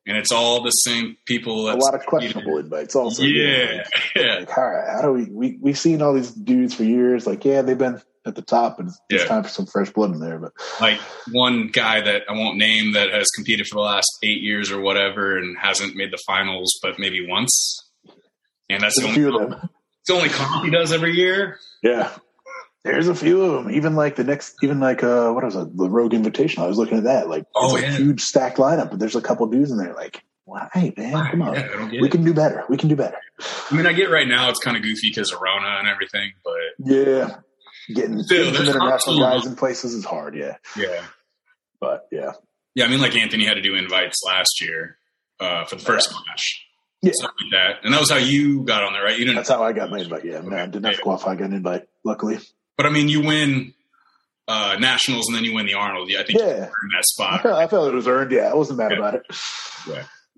and it's all the same people. a That's lot of questionable invites also. yeah, yeah, Like, all right, how do we, we, we've seen all these dudes for years. Like, yeah, they've been at the top and it's, it's Yeah. time for some fresh blood in there. But like one guy that I won't name that has competed for the last eight years or whatever and hasn't made the finals, but maybe once. And that's the there's a few only, of them. it's the only comp he does every year. Yeah. There's a few of them. Even like the next, even like, uh, what was it? The Rogue Invitational. I was looking at that. Like, Oh, it's a yeah. huge stacked lineup, but there's a couple dudes in there. Like, why, man? Come on. Yeah, I don't get We it. can do better. We can do better. I mean, I get right now it's kind of goofy because of Rona and everything, but Yeah. Getting Still, getting there's some international options. guys in places is hard. Yeah. yeah, But yeah. yeah. I mean, like Anthony had to do invites last year uh, for the first match, Yeah. stuff like that, and that was how you got on there, right? You didn't That's how I got my invite. Yeah. Man, I did not qualify. I got an invite, luckily. But I mean, you win uh, nationals and then you win the Arnold. Yeah, I think Yeah. you're in that I spot. felt, I felt it was earned. Yeah. I wasn't mad Yeah. about it.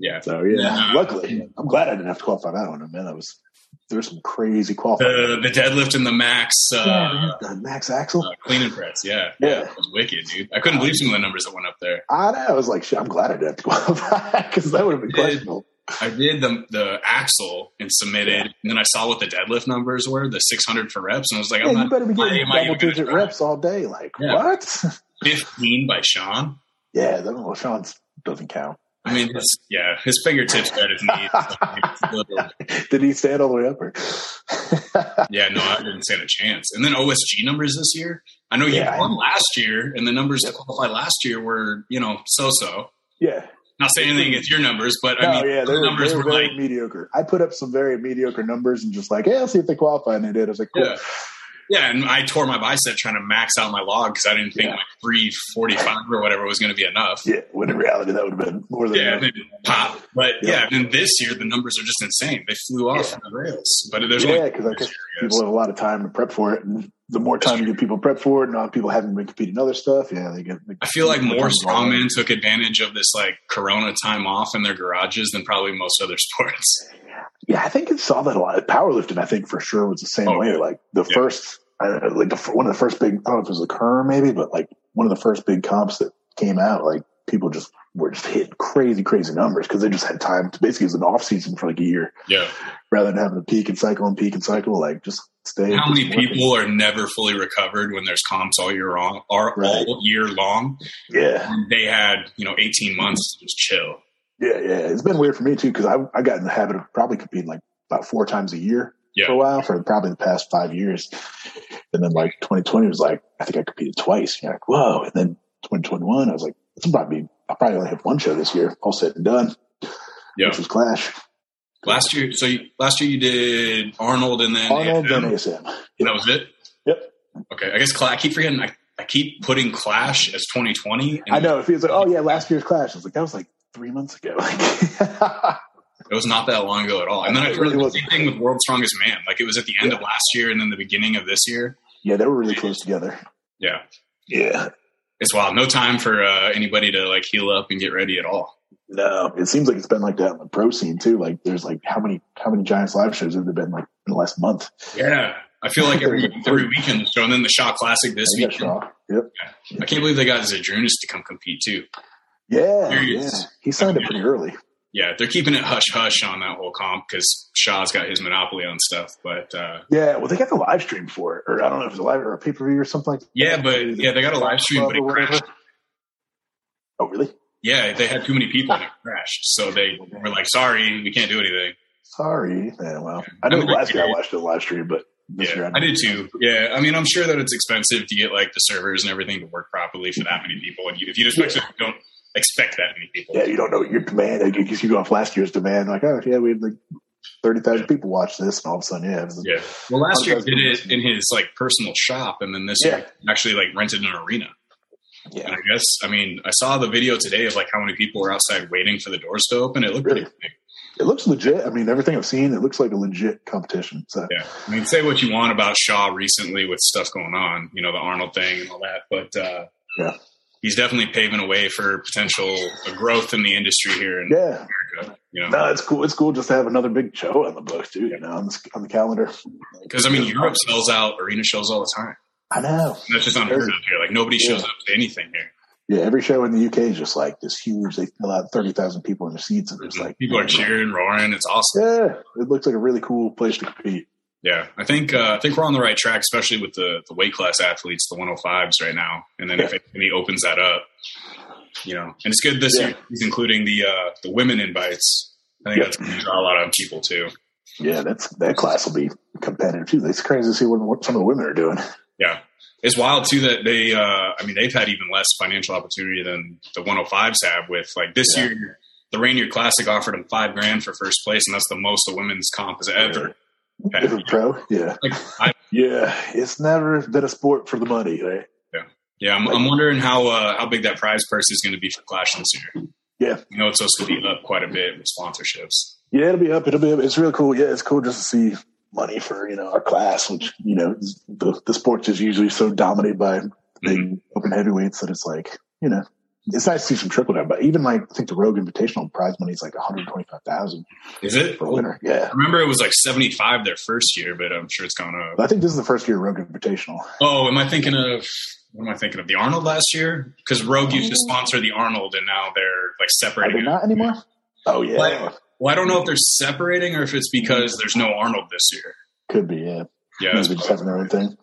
Yeah. So yeah. Yeah. Luckily, I'm glad I didn't have to qualify that one. Man, that was, there was some crazy qualifying. The the deadlift and the max uh, The Max Axel. uh, clean and press. Yeah, Yeah. yeah, That was wicked, dude. I couldn't believe some of the numbers that went up there. I, know. I was like, shit, I'm glad I didn't have to qualify because that would have been Yeah. questionable. I did the the axle and submitted, and then I saw what the deadlift numbers were, the 600 for reps, and I was like, Yeah, I'm you not better be why getting am I even double gonna digit try? reps all day. Like, Yeah. what? 15 by Sean. yeah, that one, Sean's doesn't count. I mean, his, yeah, his fingertips are at his knees. It's little- Did he stand all the way up? Or? Yeah, no, I didn't stand a chance. And then OSG numbers this year. I know you Yeah. won last year, and the numbers to qualify last year were, you know, so so. yeah. Not saying anything against your numbers, but No, I mean, yeah, they the were, numbers they were were, very like, mediocre. I put up some very mediocre numbers and just like, yeah, I'll see if they qualify. And they did. I was like, cool. Yeah. yeah. And I tore my bicep trying to max out my log because I didn't think Yeah. my 345 or whatever was going to be enough. Yeah, when in reality, that would have been more than Yeah, enough. and then pop. But Yeah. yeah. and then this year the numbers are just insane. They flew off Yeah. the rails. But there's Yeah, only because I guess people have a lot of time to prep for it, and the more time you get people prepped for it, and all people haven't been competing in other stuff, yeah, they get. I feel like more strong strongmen took advantage of this like Corona time off in their garages than probably most other sports. Yeah, I think it saw that a lot. Powerlifting, I think for sure was the same Oh, way. yeah. Like the Yeah. first, I don't know, like the, fir- one of the first big, I don't know if it was the Kerr maybe, but like one of the first big comps that came out, like people just were just hitting crazy, crazy numbers because they just had time to basically it was an off season for like a year Yeah. rather than having to peak and cycle and peak and cycle. Like just stay. How many just work. people are never fully recovered when there's comps all year long, are Right. all year long? Yeah, And they had you know 18 months to just chill. yeah, yeah. It's been weird for me too because I I got in the habit of probably competing like about four times a year Yeah. for a while for probably the past five years. And then like 2020 was like, I think I competed twice. You're like, whoa. And then 2021, I was like, this will probably be, I'll probably only have one show this year, all said and done, Yeah. which was Clash. Last year, so you, last year you did Arnold and then Arnold, AFM, then ASM. and that was it. Yep. Okay, I guess Cla- I keep forgetting. I, I keep putting Clash as 2020. And I know. It feels like, oh yeah, last year's Clash. I was like, that was like three months ago. Like, It was not that long ago at all. And then I It feel like really the wasn't. same thing with World's Strongest Man. Like it was at the end of last year and then the beginning of this year. yeah, they were really close together. Yeah, Yeah. it's wild. No time for uh, anybody to like heal up and get ready at all. No, it seems like it's been like that in the pro scene too. Like, there's like how many how many Giants live shows have there been like in the last month? Yeah. I feel like every every weekend the show, and then the Shaw Classic this I think that's weekend. Shaw. Yep. I can't believe they got Zadrunas to come compete too. Yeah, There he yeah. is. He signed up pretty early. Yeah, they're keeping it hush hush on that whole comp because Shaw's got his monopoly on stuff. But uh, Yeah, well, they got the live stream for it, or I don't know if it's a live or a pay per view or something like. that. yeah, but yeah, they got a live stream, but it Or whatever. crashed. Oh, really? Yeah, they had too many people and it crashed, so they were like, "Sorry, we can't do anything." Sorry. Yeah, well, I know I mean, last year I yeah. watched the live stream, but this year Yeah, I, I did too. Yeah, I mean, I'm sure that it's expensive to get like the servers and everything to work properly for that many people, and you, if you just Yeah. actually don't expect that many people, Yeah, you don't know your demand. I guess you go off last year's demand, like, oh yeah, we had like thirty thousand people watch this, and all of a sudden, yeah, it was, Yeah. Well, last year he did Hundred it thousand. in his like personal shop, and then this Yeah. year he actually like rented an arena. Yeah. And I guess I mean I saw the video today of like how many people were outside waiting for the doors to open. It looked Really? pretty big. it looks legit. I mean, everything I've seen, it looks like a legit competition. So Yeah. I mean, say what you want about Shaw recently with stuff going on, you know, the Arnold thing and all that, but uh, Yeah. he's definitely paving a way for potential uh, growth in the industry here in yeah, America. You know, no, it's cool. It's cool just to have another big show on the book too. You know, on the, on the calendar. because I mean, Europe sells out arena shows all the time. I know. That's just unheard of here. Like nobody shows Yeah. up to anything here. Yeah, every show in the UK is just like this huge. They fill out thirty thousand people in their seats, and it's like Mm-hmm. People are cheering, roaring. It's awesome. Yeah, it looks like a really cool place to compete. Yeah, I think uh, I think we're on the right track, especially with the, the weight class athletes, the 105s right now. And then if anybody opens that up, you know, and it's good this Yeah. year he's including the uh, the women invites. I think Yeah. that's going to draw a lot of people too. Yeah, that's that class will be competitive too. It's crazy to see what, what some of the women are doing. Yeah, it's wild too that they. Uh, I mean, they've had even less financial opportunity than the 105s have. With like this Yeah. year, the Rainier Classic offered them five grand for first place, and that's the most a women's comp has ever. had. Different pro, yeah, Like, I, yeah. It's never been a sport for the money. Right? yeah, I'm, I'm wondering how uh, how big that prize purse is going to be for Clash this year. Yeah. you know it's supposed to be up quite a bit with sponsorships. Yeah, it'll be up. It'll be up. It's real cool. Yeah, it's cool just to see money for you know our class, which you know is- the the sports is usually so dominated by the big open heavyweights that it's like you know it's nice to see some trickle down. But even like I think the Rogue Invitational prize money is like one hundred twenty five thousand Is it? for a winner. Yeah, I remember it was like 75 their first year, but I'm sure it's gone up. but I think this is the first year Rogue Invitational. Oh, am I thinking of what am I thinking of? The Arnold last year? Because Rogue used to sponsor the Arnold, and now they're Are like they separating. not anymore? Oh yeah, What? Well, I don't know if they're separating or if it's because there's no Arnold this year. could be. Yeah, Yeah, Maybe that's they just probably- having their own thing.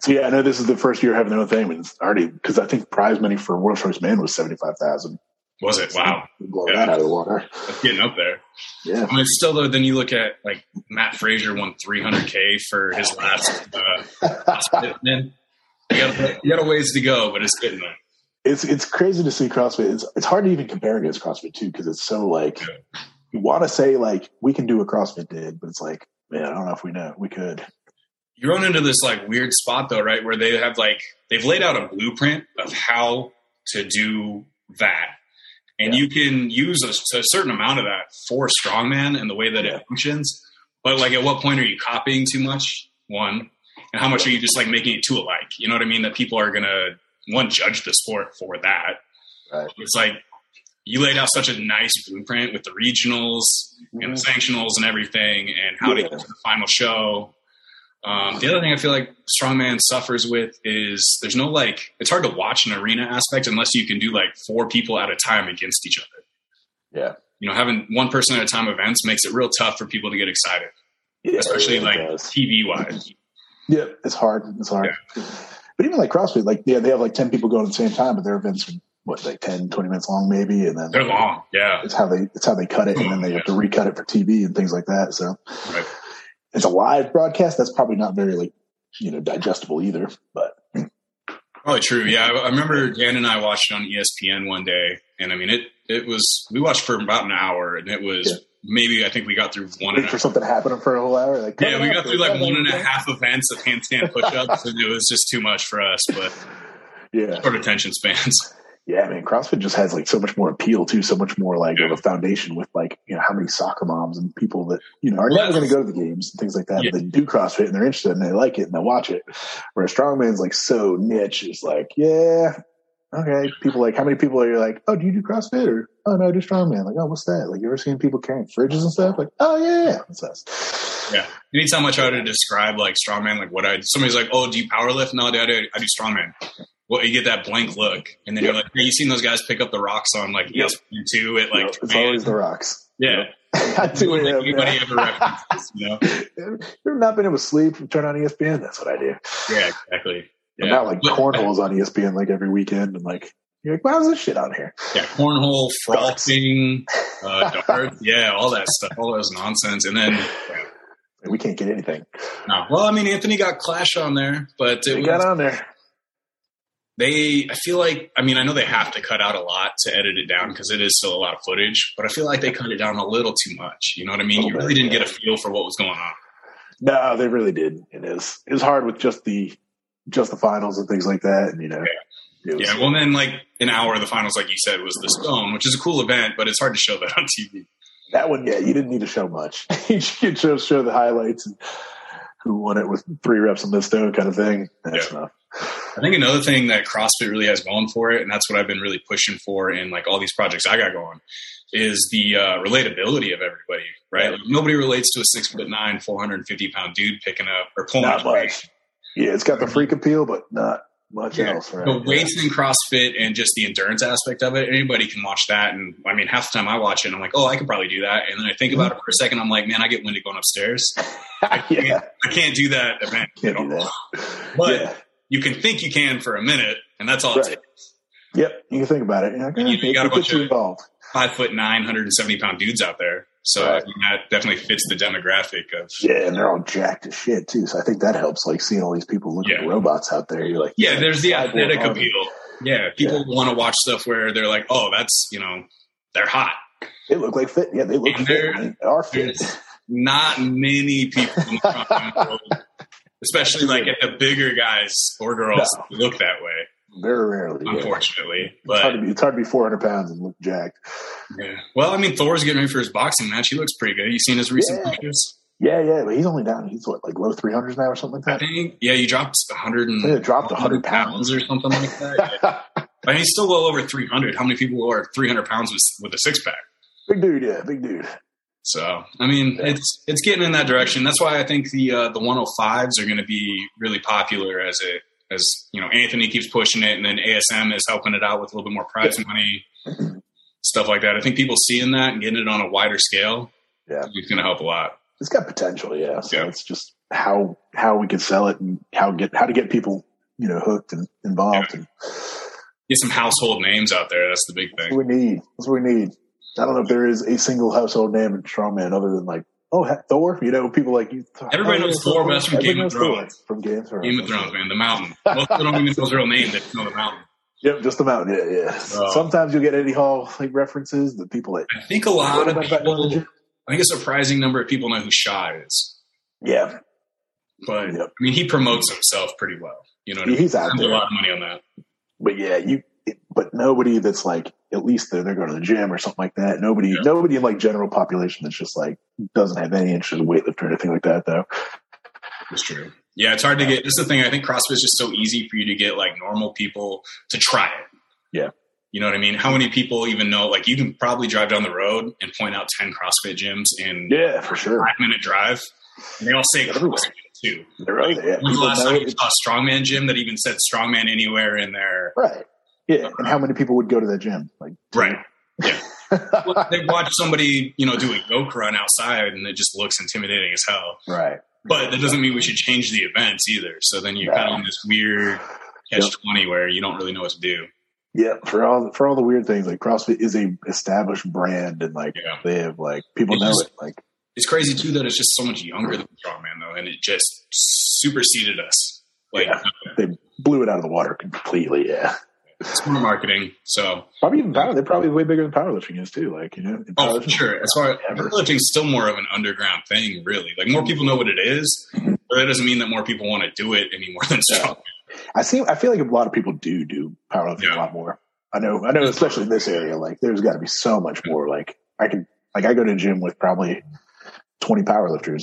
So yeah, I know this is the first year having their own thing, and it's already because I think prize money for World First Man was seventy five thousand. was it? Wow, Blow Yeah. that out of the water. that's getting up there. Yeah. I mean, it's still though. Then you look at like Matt Frazier won 300k for his last. Uh, last bit, man, you got, you got a ways to go, but it's getting there. it's it's crazy to see CrossFit. It's it's hard to even compare against CrossFit too because it's so like you want to say like we can do what CrossFit did, but it's like man, I don't know if we know we could. you run into this like weird spot though, right? Where they have like they've laid out a blueprint of how to do that. And Yeah. you can use a, a certain amount of that for strongman and the way that Yeah. it functions. But like at what point are you copying too much? One. And how much are you just like making it too alike? You know what I mean? That people are gonna one judge the sport for that. Right. It's like you laid out such a nice blueprint with the regionals and the sanctionals and everything and how to get Yeah. to the final show. Um, the other thing I feel like strongman suffers with is there's no like it's hard to watch an arena aspect unless you can do like four people at a time against each other. Yeah. You know, having one person at a time events makes it real tough for people to get excited, Yeah, especially it like does. TV wise. yeah, it's hard. It's hard. But even like CrossFit, like yeah, they have like ten people going at the same time, but their events are what like 10, 20 minutes long maybe, and then They're long, yeah. It's how they it's how they cut it, and then they have to recut it for TV and things like that. So Right. it's a live broadcast. That's probably not very like you know digestible either. But Probably true. Yeah, I, I remember Dan and I watched it on E ESPN one day, and I mean it. It was we watched for about an hour, and it was Yeah. maybe I think we got through one wait and a for something happening for a whole hour. Like Yeah, we coming got up, through like one and a Yeah. half events of handstand push-ups, and it was just too much for us. But Yeah, short attention spans. yeah, man. CrossFit just has like so much more appeal too, so much more like of Yeah. a foundation with like you know how many soccer moms and people that you know are never Yes. going to go to the games and things like that. Yeah. But they do CrossFit and they're interested and they like it and they watch it. Whereas strongman's like so niche. It's like yeah, okay. People like how many people are you like? Oh, do you do CrossFit or oh no, I do strongman? Like oh, what's that? Like you ever seen people carrying fridges and stuff? Like oh yeah, yeah, that's us. Yeah. Anytime I try to describe like strongman, like what I somebody's like, "Oh, do you power lift?" No, dude, I do. I do strongman. Well, you get that blank look, and then you're like, "Hey, you seen those guys pick up the rocks on like E Yep. ESPN two You at know, like it's man, always the rocks. yeah." At Like, 2 a.m. anybody yeah. ever references? You know? you ever not been able to sleep? Turn on E ESPN. That's what I do. Yeah, exactly. But Yeah. now like But- cornholes on E ESPN like every weekend and like you're like, why's this shit on here? Yeah, cornhole, frosting, uh, darts, yeah, all that stuff, all those nonsense, and then Like, we can't get anything. no. Well, I mean, Anthony got Clash on there, but it We was, got on there. they i feel like i mean i know they have to cut out a lot to edit it down because it is still a lot of footage but i feel like they cut it down a little too much you know what i mean you Little really bit, didn't yeah. get a feel for what was going on No, they really did. It is it's hard with just the just the finals and things like that. And you know, it was- yeah well and then like an hour of the finals like you said was the stone which is a cool event but it's hard to show that on tv that one, yeah, you didn't need to show much. you could just show the highlights and who won it with three reps on the stone kind of thing. That's enough. i think another thing that crossfit really has going for it and that's what i've been really pushing for in like all these projects i got going is the uh, relatability of everybody right like, nobody relates to a six foot nine 450 pound dude picking up or pulling Not up much. Yeah, it's got the freak appeal, but not much Yeah. else. Right? the weights in CrossFit and just the endurance aspect of it, anybody can watch that. And I mean, half the time I watch it, and I'm like, oh, I could probably do that. And then I think about it for a second, I'm like, man, I get winded going upstairs. Yeah. yeah. I can't do that event. Can't at do all. that. But yeah. you can think you can for a minute, and that's all it Right. takes. Yep. You can think about it. You're like, And you- eh, you got a it gets bunch you of- involved. Five foot nine, 170 pound dudes out there. So Right. I mean, that definitely fits the demographic of. Yeah, and they're all jacked as shit too. So I think that helps. Like seeing all these people looking Yeah. at robots out there, you're like, Yeah, there's the Cyborg athletic army. appeal. Yeah, people want to watch stuff where they're like, oh, that's, you know, they're hot. They look like fit. Yeah, they look fit. And they're- man. They are fit. there's not many people in the crossfit world, especially like at the bigger guys or girls who look that way, Very rarely. yeah. unfortunately. It's hard, But to be, it's hard to be 400 pounds and look jacked. yeah. well, I mean, Thor's getting ready for his boxing match. He looks pretty good. You seen his recent Yeah. pictures? Yeah, yeah, but he's only down. He's what, like low 300s now or something I like that. think yeah, you dropped a Hmm, hundred I think and it dropped 100 100 pounds. pounds or something like that. Yeah. I mean, he's still well over 300. How many people are 300 pounds with, with a six pack? big dude, yeah, big dude. So I mean, Yeah. it's it's getting in that direction. That's why I think the uh, the 105s are going to be really popular as it as you know Anthony keeps pushing it, and then ASM is helping it out with a little bit more prize money stuff like that. I think people seeing that and getting it on a wider scale, Yeah. it's going to help a lot. It's got potential, yeah. So Yeah. it's just how how we can sell it and how get how to get people you know hooked and involved. And Get some household names out there. That's the big that's thing. what we need. That's what we need. I don't know if there is a single household name in strongman other than like oh he- Thor. You know, people like you. Everybody oh, knows yeah, Thor, but that's from Everybody Game knows of Thor Thrones. From Game of Thrones. Game of Thrones, man, the mountain. Most people don't even know his real name. They just know the mountain. Yep, just about. Yeah, yeah. Oh. Sometimes you'll get Eddie Hall like references. The people that I think a lot of What about that one, people. Jim? I think a surprising number of people know who Shaw is. yeah, But Yep. I mean, he promotes himself pretty well. You know, what I mean? he's out spends a there. lot of money on that. but yeah, you. It, but nobody that's like at least they're, they're going to the gym or something like that. Nobody, Yeah. nobody in like general population that's just like doesn't have any interest in weightlifting or anything like that though. It's true. Yeah, it's hard to get. That's the thing. I think CrossFit is just so easy for you to get like normal people to try it. Yeah. You know what I mean? How many people even know? Like, you can probably drive down the road and point out ten CrossFit gyms in Yeah, for sure. five minute drive, and they all say Everywhere. CrossFit too. They're out there. Yeah, When was the people last know time you it. saw a strongman gym that even said strongman anywhere in there? Right. Yeah, and how many people would go to that gym? Like, Right. Yeah. Well, they watch somebody, you know, do a yoke run outside, and it just looks intimidating as hell. right. But that doesn't mean we should change the events either. So then you're No. kind of in this weird catch twenty where you don't really know what to do. Yeah, for all for all the weird things, like CrossFit is a established brand, and like Yeah. they have like people It know just- it. Like, It's crazy too that it's just so much younger than Strongman though, and it just superseded us. Like Yeah. they blew it out of the water completely. Yeah. it's more marketing. So Probably even power. They're probably way bigger than powerlifting is too. Like you know, in oh for powerlifting- sure. As far as Ever. powerlifting's still more of an underground thing, really. Like more people know what it is, but that doesn't mean that more people want to do it anymore than Strongman. I see. I feel like a lot of people do do powerlifting Yeah. a lot more. I know. I know, especially in this area. Like there's got to be so much more. Like I can. Like I go to a gym with probably twenty powerlifters.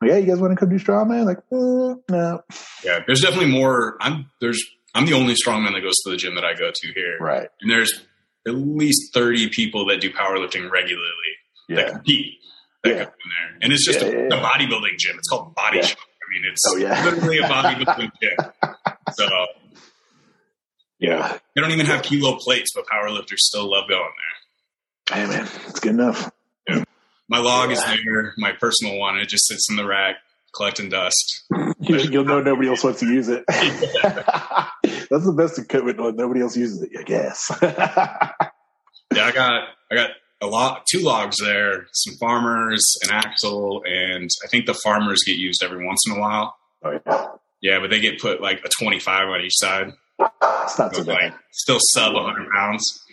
Like, hey, you guys want to come do strongman? Like, eh, no, Yeah. There's definitely more I'm there's I'm the only strongman that goes to the gym that I go to here. right? And there's at least 30 people that do powerlifting regularly that Yeah, compete that Yeah. go in there. And it's just Yeah, a, yeah, a yeah. bodybuilding gym. It's called Body Yeah. Shop. I mean, it's Oh, yeah. literally a bodybuilding gym. So yeah. they don't even have kilo plates, but powerlifters still love going Hey, there. man, it's good enough. My log is Yeah. there, my personal one. It just sits in the rack collecting dust. You, you'll know nobody else wants to use it. That's the best equipment when nobody else uses it. I guess. Yeah, I got I got a lot two logs there, some farmers, an axle, and I think the farmers get used every once in a while. oh, yeah. Yeah, but they get put like a 25 on each side. It's not so But, like bad. still sub 100 pounds.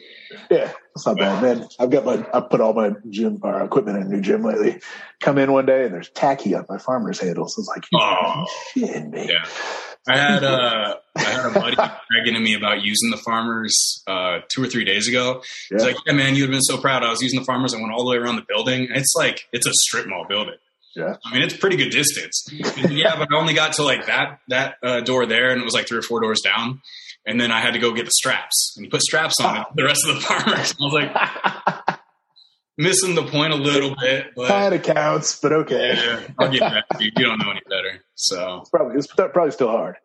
Yeah, it's not bad, man. I've got my, I put all my gym or equipment in a new gym lately. Come in one day and there's tacky on my farmer's handles. It's like, you Oh. shitting me. Yeah. I had uh, I had a buddy bragging to me about using the farmers uh, two or three days ago. He's Yeah. like, "Yeah, man, you've been so proud. I was using the farmers. I went all the way around the building. It's like it's a strip mall building. Yeah. I mean, it's pretty good distance. And, yeah, but I only got to like that that uh, door there, and it was like three or four doors down. And then I had to go get the straps and he put straps on it, the rest of the farmers. I was like, missing the point a little bit, but Kind of counts, but okay. Yeah, I'll get back to you. You don't know any better. So It's probably it's probably still hard.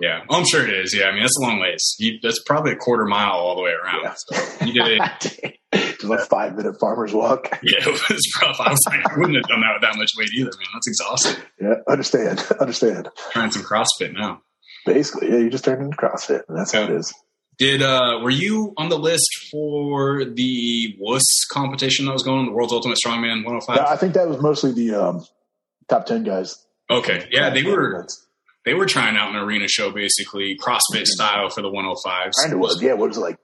Yeah, oh, I'm sure it is. Yeah, I mean that's a long ways. You, that's probably a quarter mile all the way around. Yeah. So you did it. Just a five minute farmer's walk. Yeah, it was rough. I was like, I wouldn't have done that with that much weight either, man. That's exhausting. Yeah, understand, understand. Trying some CrossFit now. Basically, yeah, you just turned into CrossFit, and that's what it is. Did uh were you on the list for the wuss competition that was going on, the world's ultimate strongman Yeah, 105? I think that was mostly the um, top ten guys. Okay. Yeah, they were they were trying out an arena show basically, CrossFit style for the 105s. Kind of was. Yeah, what was it like?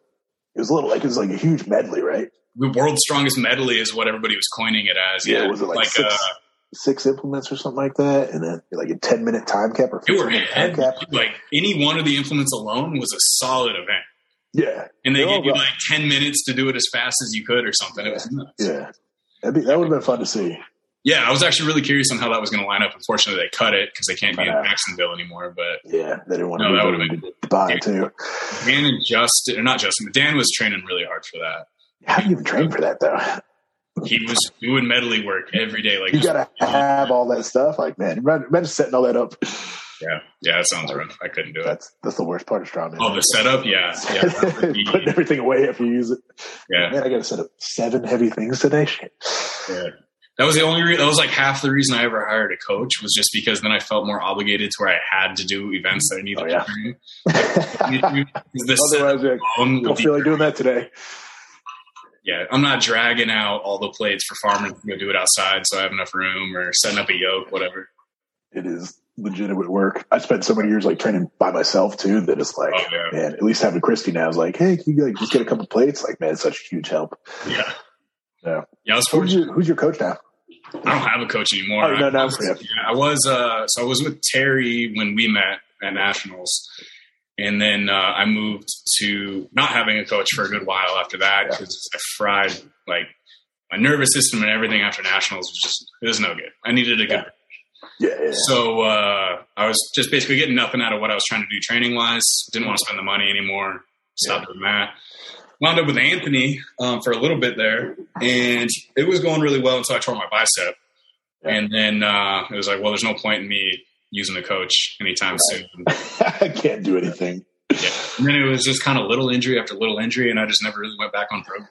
It was a little like it was like a huge medley, right? The world's strongest medley is what everybody was coining it as. Yeah, was it like six- uh Six implements or something like that, and then like a ten minute time cap or they were 15 minute time ahead. cap. like any one of the implements alone was a solid event. Yeah, And they They're gave all you rough. like ten minutes to do it as fast as you could or something. It was nuts. yeah. That'd be, that would have been fun to see. Yeah, I was actually really curious on how that was going to line up. Unfortunately, they cut it because they can't be in Yeah. Jacksonville anymore. But Yeah, they didn't want No, to that no, would've to Dubai Yeah. too. Dan and Justin, or not Justin, but Dan was training really hard for that. How do you even train for that though? He was doing medley work every day. Like, You gotta have all that stuff. Like, man, imagine imagine setting all that up. yeah, yeah, that sounds rough. I couldn't do it. That's that's the worst part of strongman. Oh, the setup, yeah, yeah, that would be- putting everything away after you use it. yeah. Man, I gotta set up seven heavy things today. Shit. yeah. That was the only. Re- that was like half the reason I ever hired a coach was just because then I felt more obligated to where I had to do events that I needed. Oh, yeah. to train. Otherwise, The setup you're like, alone would don't be feel like doing that today. yeah, I'm not dragging out all the plates for farmers to go do it outside, so I have enough room or setting up a yoke, whatever. It is legitimate work. I spent so many years like training by myself too that it's like, Oh yeah, man, at least having Christy now is like, hey, can you like just get a couple plates? Like, man, it's such a huge help. yeah, Yeah. yeah. I was Who's fortunate. your, who's your coach now? I don't have a coach anymore. Oh, no, I, no, I yeah. was, yeah, I was uh, so I was with Terry when we met at nationals, and then uh, I moved to not having a coach for a good while after that Yeah. because I fried like my nervous system and everything after nationals was just it was no good. I needed a good Yeah. Yeah, yeah. So uh, I was just basically getting nothing out of what I was trying to do training wise. Didn't want to spend the money anymore. Stopped doing that. Wound up with Anthony um, for a little bit there, and it was going really well until I tore my bicep. Yeah. And then uh, it was like, well, there's no point in me using a coach anytime soon. I can't do anything. And then it was just kind of little injury after little injury, and I just never really went back on program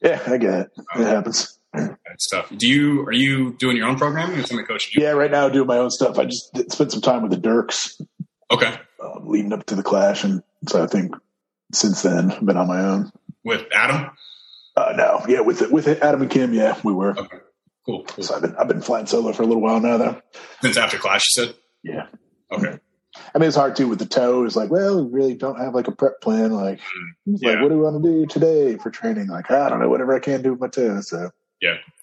Yeah, I get it. It happens. and stuff. Do you are you doing your own programming or somebody coaching you? Yeah, right now I do my own stuff. I just did- spent some time with the Dirks Okay, um, leading up to the clash, and so I think since then I've been on my own. with Adam. Uh, no, yeah, with with Adam and Kim, yeah, we were. Okay, cool. cool. So I've been I've been flying solo for a little while now, though. Since after class, you said. Yeah, Okay. I mean it's hard too with the toe. It's like, well, we really don't have like a prep plan. Like, it's Mm-hmm. Yeah. like what do we want to do today for training? Like, I don't know, whatever I can do with my toe. So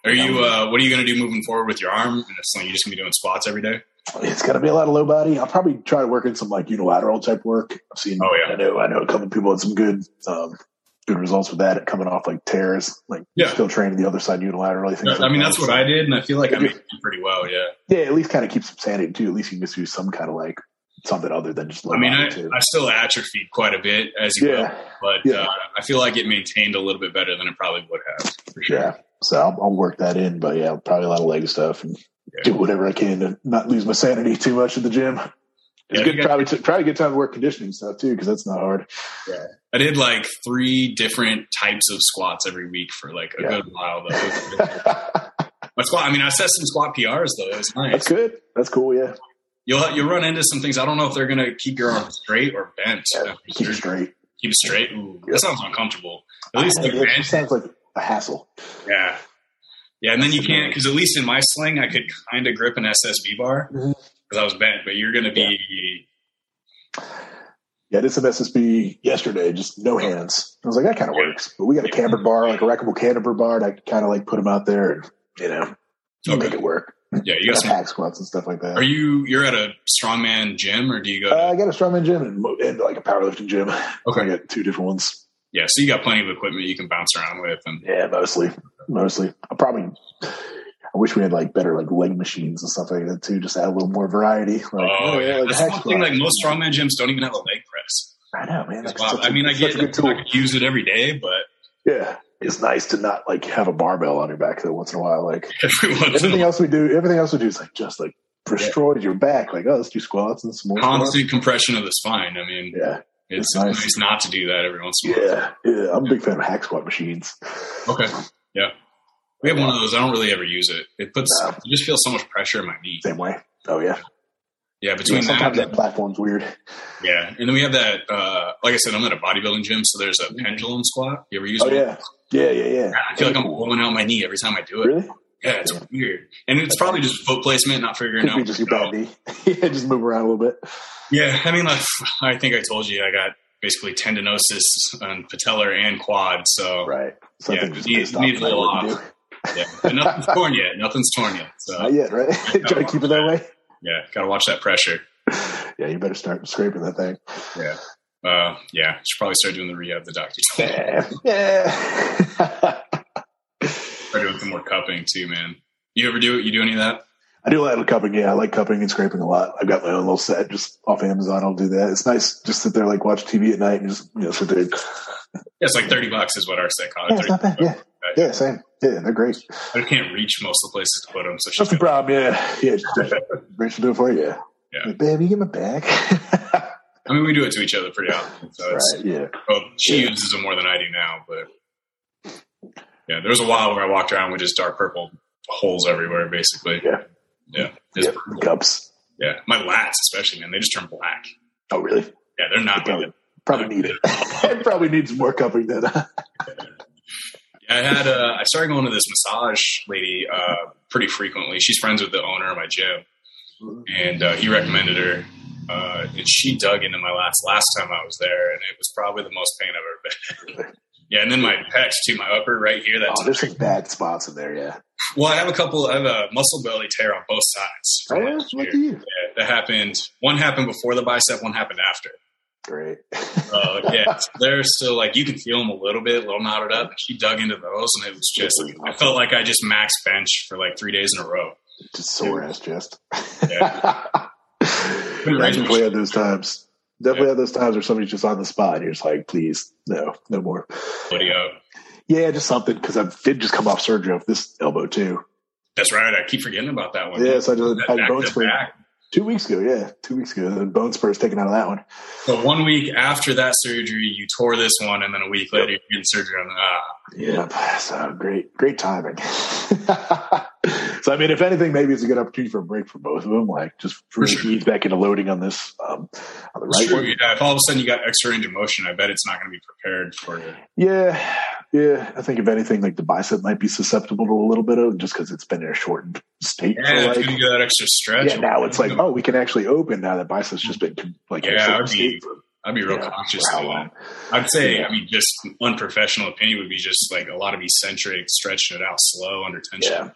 Are you? Uh, what are you going to do moving forward with your arm? And it's like you're just going to be doing squats every day. it's got to be a lot of low body. I'll probably try to work in some like unilateral type work. I've seen. Oh, yeah. I know. I know a couple people had some good, um, good results with that. Coming off like tears, like Yeah. still training the other side unilaterally. things I like mean, that. that's what I did, and I feel like I made it pretty well. Yeah. Yeah, at least kind of keep some sanity too. At least you can just do some kind of like something other than just low I mean, I, body too. I still atrophied quite a bit, as you know, yeah, but Yeah. uh, I feel like it maintained a little bit better than it probably would have. For sure. yeah. So I'll, I'll work that in, but yeah, probably a lot of leg stuff and do whatever I can to not lose my sanity too much at the gym. It's Yeah, good, you got- probably to, probably good time to work conditioning stuff too because that's not hard. I did like three different types of squats every week for like a Yeah. good while. Though. It was really- that's My squat. I mean, I set some squat PRs though. It was nice. good. That's cool. Yeah, You'll you'll run into some things. I don't know if they're going to keep your arm straight or bent. yeah keep it straight. Keep it straight. Ooh, Yeah. That sounds uncomfortable. At least Yeah, they're it bent. sounds like a hassle. Yeah. Yeah, and then you That's can't annoying. because at least in my sling I could kind of grip an SSB bar because Mhm. I was bent. But you're gonna be Yeah, I did some SSB yesterday, just no hands. I was like, that kind of works. But we got a camber bar, like a rackable camber bar, and I kind of like put them out there and, you know, Okay. make it work. yeah. You got Got some. pack squats and stuff like that. Are you you're at a strongman gym or do you go? uh, To, I got a strongman gym and, mo- and like a powerlifting gym. I okay. got two different ones. Yeah, so you got plenty of equipment you can bounce around with, and Yeah, mostly. Mostly. I probably, I wish we had like better like leg machines and stuff like that too, just add a little more variety. Like, oh yeah, like a that's hack one thing. squat. Like most strongman gyms don't even have a leg press. I know, man. Like, Wow. such a- I mean, I such get a good I tool. could use it every day, but Yeah. It's nice to not like have a barbell on your back though once in a while. Like, everyone. everything else we do, everything else we do is like just like destroys your back. Like, oh, let's do squats and some more. squats. Constant compression of the spine. I mean, Yeah, it's, it's nice. nice. not to do that every once in a while. yeah, yeah. I'm a big fan of hack squat machines. Okay. Yeah. We have one of those. I don't really ever use it. It puts, No. you just feel so much pressure in my knee. Same way. Oh yeah. Yeah. Between yeah sometimes that, that platform's weird. yeah. And then we have that, uh, like I said, I'm at a bodybuilding gym. So there's a pendulum squat. You ever use Oh one? yeah, yeah, yeah, yeah. I feel like I'm blowing out my knee every time I do it. Really? Yeah, it's weird. And it's probably just foot placement, not figuring Could out. be just your bad knee. yeah, just move around a little bit. Yeah, I mean, like, I think I told you I got basically tendinosis on patellar and quad. So Right. Oh. Yeah, just need- pissed off needs a at little what you off. yeah, but nothing's torn yet. Nothing's torn yet. do. So Not yet, right? Try to keep it that way. yeah, gotta watch that pressure. Yeah, you better start scraping that thing. Uh, yeah, should probably start doing the rehab. The doctor told me. Yeah. yeah. Start doing some more cupping too, man. You ever do it? You do any of that? I do a lot of cupping. Yeah, I like cupping and scraping a lot. I've got my own little set just off Amazon. I'll do that. It's nice just sit there like watch TV at night and just you know sit there. Yeah, it's like thirty bucks is what our set costs. Yeah, it's not bad. Yeah, yeah, same. Yeah, they're great. I can't reach most of the places to put them, so That's she's the gonna- problem. Yeah, yeah. Rachel do it for you. Yeah. Yeah. Like, Babe, you get my back. I mean, we do it to each other pretty often. So right. it's, Yeah. Well, she Yeah. uses it more than I do now, but yeah, there was a while where I walked around with just dark purple holes everywhere, basically. Yeah. yeah, It's Yep. brutal. Cups. yeah. My lats, especially, man, they just turn black. Oh, really? Yeah, they're not Probably, good. probably need it. it probably needs more cupping than oh, I had uh, I started going to this massage lady uh, pretty frequently. She's friends with the owner of my gym, and uh, he recommended her. Uh, and she dug into my lats last time I was there, and it was probably the most pain I've ever been. in. yeah, and then my pecs too, my upper right here. That's Oh, there's some bad spots in there. Yeah. Well, I have a couple. I have a muscle belly tear on both sides. Oh, from yeah. last Look at year. you. Yeah, that happened. One happened before the bicep. One happened after. Great. Uh, yeah, they're still like you can feel them a little bit, a little knotted up. And she dug into those, and it was just. I felt like I just max bench for like three days in a row. Just sore ass chest. I Right. definitely had those times. Definitely had those times where somebody's just on the spot and you're just like, please, no, no more. What do you? uh, Yeah, just something because I did just come off surgery off this elbow too. That's right. I keep forgetting about that one. Yeah, so I just That I had Oh, back bone to spur back. two weeks ago. Yeah, two weeks ago. The bone spur's taken out of that one. So one week after that surgery, you tore this one, and then a week later, you're getting surgery on the. Ah, Yep. So great, great timing. so I mean, if anything, maybe it's a good opportunity for a break for both of them. Like just For really sure. ease back into loading on this um, on the it's right true. one. Yeah, if all of a sudden you got extra range of motion, I bet it's not going to be prepared for you. Yeah, yeah. I think if anything, like the bicep might be susceptible to a little bit of just because it's been in a shortened state. Yeah, for it's like, gonna get that extra stretch. yeah. Now it's like, oh, we can actually open now that bicep's just been like in a Yeah, shortened I'd be- state for, I'd be real yeah, conscious for how of long? that. I'd say, Yeah. I mean, just unprofessional opinion would be just like a lot of eccentric, stretching it out slow under tension. Yeah.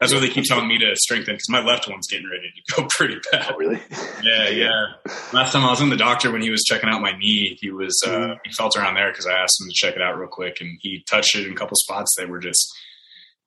That's what they keep telling me to strengthen because my left one's getting ready to go pretty bad. Oh, really? Yeah, yeah. Last time I was in the doctor when he was checking out my knee, he was uh, he felt around there because I asked him to check it out real quick, and he touched it in a couple spots. They were just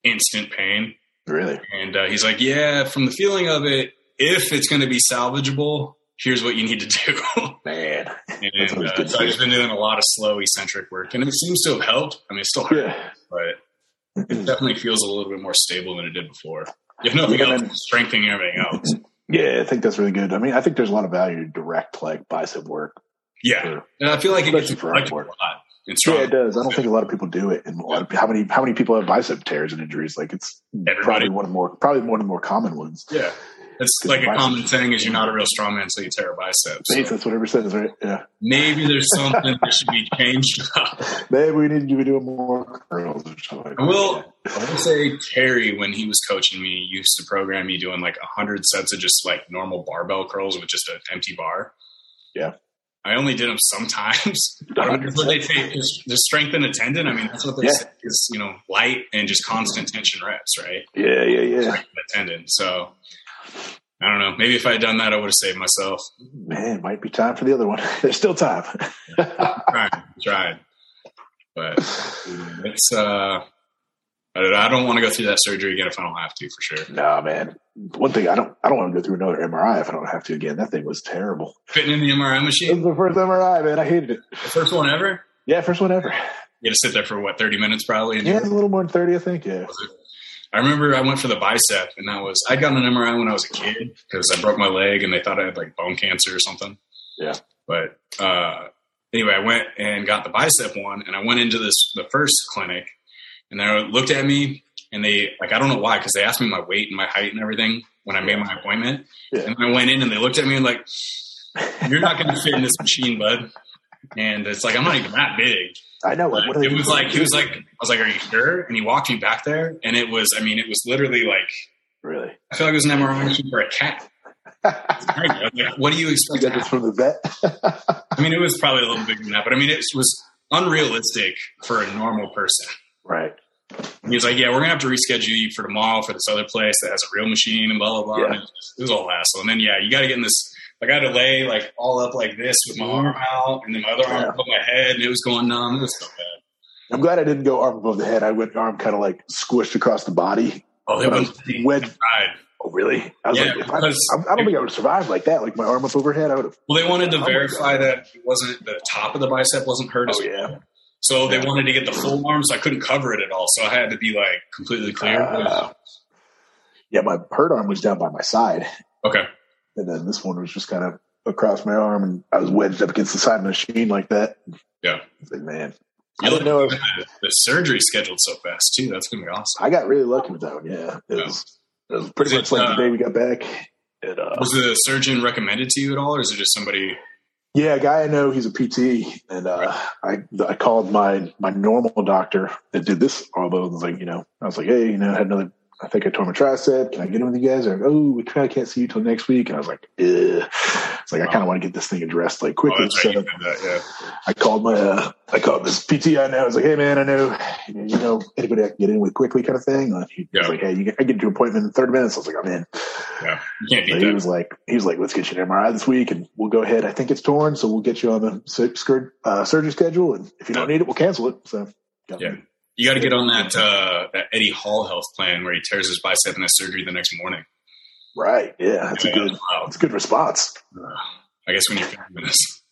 instant pain. Really? And uh, he's like, "Yeah, from the feeling of it, if it's going to be salvageable, here's what you need to do." Man. That's and always uh, good so to I've just been doing a lot of slow eccentric work, and it seems to have helped. I mean, it still hurts, Yeah. but it definitely feels a little bit more stable than it did before. If nothing Yeah, else, man. strengthening everything else. Yeah, I think that's really good. I mean, I think there's a lot of value to direct like bicep work Yeah, Sure. and I feel like it gets Especially for neglected a artwork. lot. It's Yeah, strong. it does. I don't think a lot of people do it, and a lot of how many how many people have bicep tears and injuries? Like it's Everybody. probably one of the more probably one of the more common ones. Yeah, it's Good like a bicep. common thing is you're not a real strong man until you tear a bicep. So That's whatever it says, right? Yeah. maybe there's something that should be changed up. Maybe we need to be doing more curls or something. Like I will. I will say Terry, when he was coaching me, used to program me doing like hundred sets of just like normal barbell curls with just an empty bar. Yeah. I only did them sometimes. I don't know what they say. Just, just strengthen a tendon. I mean, that's what they Yeah. say is you know light and just constant tension reps, right? Yeah, yeah, yeah. Strengthen the tendon. So I don't know. Maybe if I had done that, I would have saved myself. Man, might be time for the other one. There's still time. tried, tried. But it's uh, I don't- I don't want to go through that surgery again if I don't have to, for sure. nah, man. One thing I don't I don't want to go through another MRI if I don't have to again. That thing was terrible. Fitting in the MRI It machine. was the first MRI, man. I hated it. The first one ever. Yeah, first one ever. You had to sit there for what, 30 minutes probably? And Yeah, you it was a little more than thirty, I think. Yeah. I remember I went for the bicep, and that was I got an MRI when I was a kid because I broke my leg, and they thought I had like bone cancer or something. Yeah. But uh, anyway, I went and got the bicep one, and I went into this the first clinic, and they looked at me, and they like I don't know why because they asked me my weight and my height and everything when I made my appointment, Yeah. and I went in and they looked at me and like, "You're not going to fit in this machine, bud." And it's like I'm not even that big. I know. But What are they it was doing? like he was like I was like, "Are you sure?" And he walked me back there, and it was I mean it was literally like really. I feel like it was an MRI machine for a cat. you I was like, what do you expect? to got this happen? from the vet. I mean, it was probably a little bigger than that, but I mean, it was unrealistic for a normal person. right. And he was like, "Yeah, we're gonna have to reschedule you for tomorrow for this other place that has a real machine and blah blah blah." Yeah. And it, was, it was all hassle, and then yeah, you got to get in this. Like I had to lay like all up like this with my arm out, and then my other arm Yeah. above my head, and it was going numb. It was so bad. I'm glad I didn't go arm above the head. I went arm kind of like squished across the body. Oh, they But I went was wedged. fried. Oh, really? I was Yeah, like, if I, because- I, I don't think I would survive like that. Like my arm up overhead, I would have. Well, they wanted to Oh my verify God. that it wasn't the top of the bicep wasn't hurt. as Oh, yeah. well. So they wanted to get the full arm, so I couldn't cover it at all. So I had to be like completely clear. Uh, yeah, my hurt arm was down by my side, okay. and then this one was just kind of across my arm, and I was wedged up against the side of the machine like that. Yeah. It's like man, You I don't know. If, The, the surgery scheduled so fast too. That's gonna be awesome. I got really lucky with that one. Yeah, it was, it was pretty Is it, much like uh, the day we got back. It, uh, Was the surgeon recommended to you at all, or is it just somebody? oh, Yeah, a guy I know, he's a PT, and uh, I I called my my normal doctor that did this elbow. and was like, you know, I was like, hey, you know, I had another. I think I tore my tricep. Can I get in with you guys? Or oh, we kind of can't see you till next week. And I was like, Ugh. it's like I kind of want to get this thing addressed like Oh, quickly. that's so right. You did that. Yeah. I called my uh, I called this PT I know. I was like, hey man, I know you know anybody I can get in with quickly, kind of thing. And he Yeah. was like, hey, you, I get your appointment in thirty minutes. I was like, I'm in. Yeah. You can't So beat he that. was like, he was like, let's get you an MRI this week, and we'll go ahead. I think it's torn, so we'll get you on the sur- scur- uh, surgery schedule, and if you don't need it, we'll cancel it. So, got Yeah. You got to get on that uh, that Eddie Hall health plan where he tears his bicep and has surgery the next morning. right, yeah, that's a Yeah, good, wow. that's a good response. I guess when you're feminist.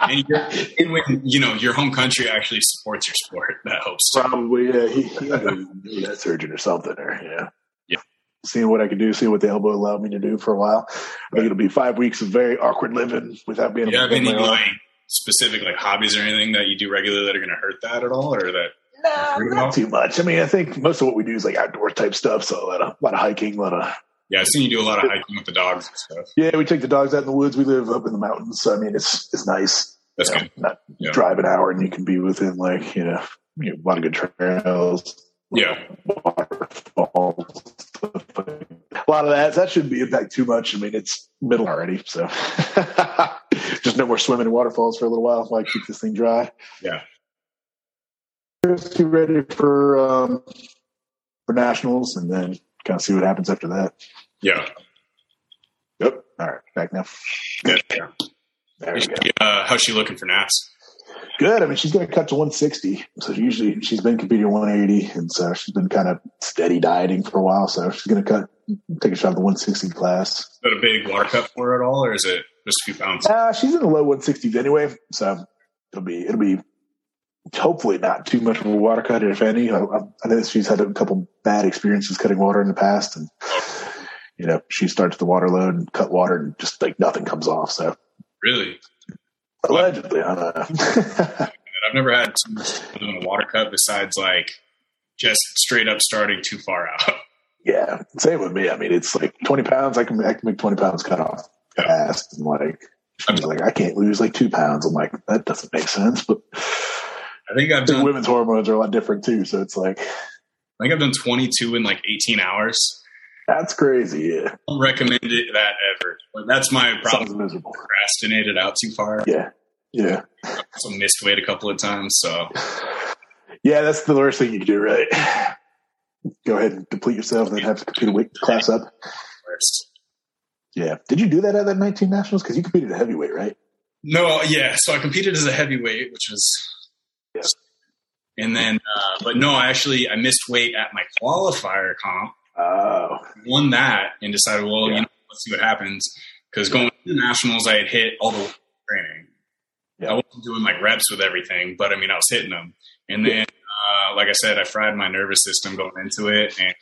And, you're, and when you know your home country actually supports your sport, that helps. too. Probably, yeah, he, he had to do that surgeon or something, or yeah, Yeah. Seeing what I could do, seeing what the elbow allowed me to do for a while. I think it'll be five weeks of very awkward living without being Do you able have to bend any my arm. like specific like hobbies or anything that you do regularly that are going to hurt that at all, or that? Nah, Really? not too much. I mean, I think most of what we do is like outdoor type stuff, so a lot of, a lot of hiking, a lot of Yeah, I've seen you do a lot of hiking with the dogs and stuff. Yeah, we take the dogs out in the woods. We live up in the mountains, so I mean, it's it's nice. That's you know, good. Not Yeah. drive an hour, and you can be within like you know, you know, a lot of good trails, Yeah, waterfalls, stuff like that. a lot of that. That shouldn't be impact too much. I mean, it's middle already, so just no more swimming in waterfalls for a little while. While I keep this thing dry. Yeah. Just get ready for um, for nationals, and then kind of see what happens after that. yeah. Yep. All right, back now. Good. There we go. Uh, how's she looking for naps? good. I mean, she's going to cut to 160. So usually she's been competing at 180, and so she's been kind of steady dieting for a while. So she's going to cut, take a shot at the 160 class. Is that a big water cup for her at all, or is it just a few pounds? Uh, she's in the low 160s anyway, so it'll be it'll be hopefully not too much of a water cut, if any. I, I I know she's had a couple bad experiences cutting water in the past, and you know she starts the water load and cut water, and just like nothing comes off. So Really? allegedly, I don't know. I've never had so much fun in a water cup besides like just straight up starting too far out. Yeah, same with me. I mean, it's like twenty pounds. I can I can make twenty pounds cut off fast, and like she's like, I can't lose like two pounds. I'm like, that doesn't make sense. But I think I've I think done women's hormones are a lot different too, so it's like I think I've done 22 in like 18 hours. that's crazy. Yeah, Don't recommend it that ever. But that's my problem. sounds miserable. Procrastinated out too far. Yeah, yeah, So missed weight a couple of times. So yeah. That's the worst thing you can do, right? Go ahead and deplete yourself, and then have to compete a weight class up. worst. Yeah. Did you do that at that 19 nationals? Because you competed at heavyweight, right? No, yeah. So I competed as a heavyweight, which was. Yeah. And then, uh, but no, I actually I missed weight at my qualifier comp. Oh, Won that and decided, well, Yeah. you know, let's see what happens. Because going to the nationals, I had hit all the training. Yeah. I wasn't doing like reps with everything, but I mean, I was hitting them. And then uh, like I said, I fried my nervous system going into it and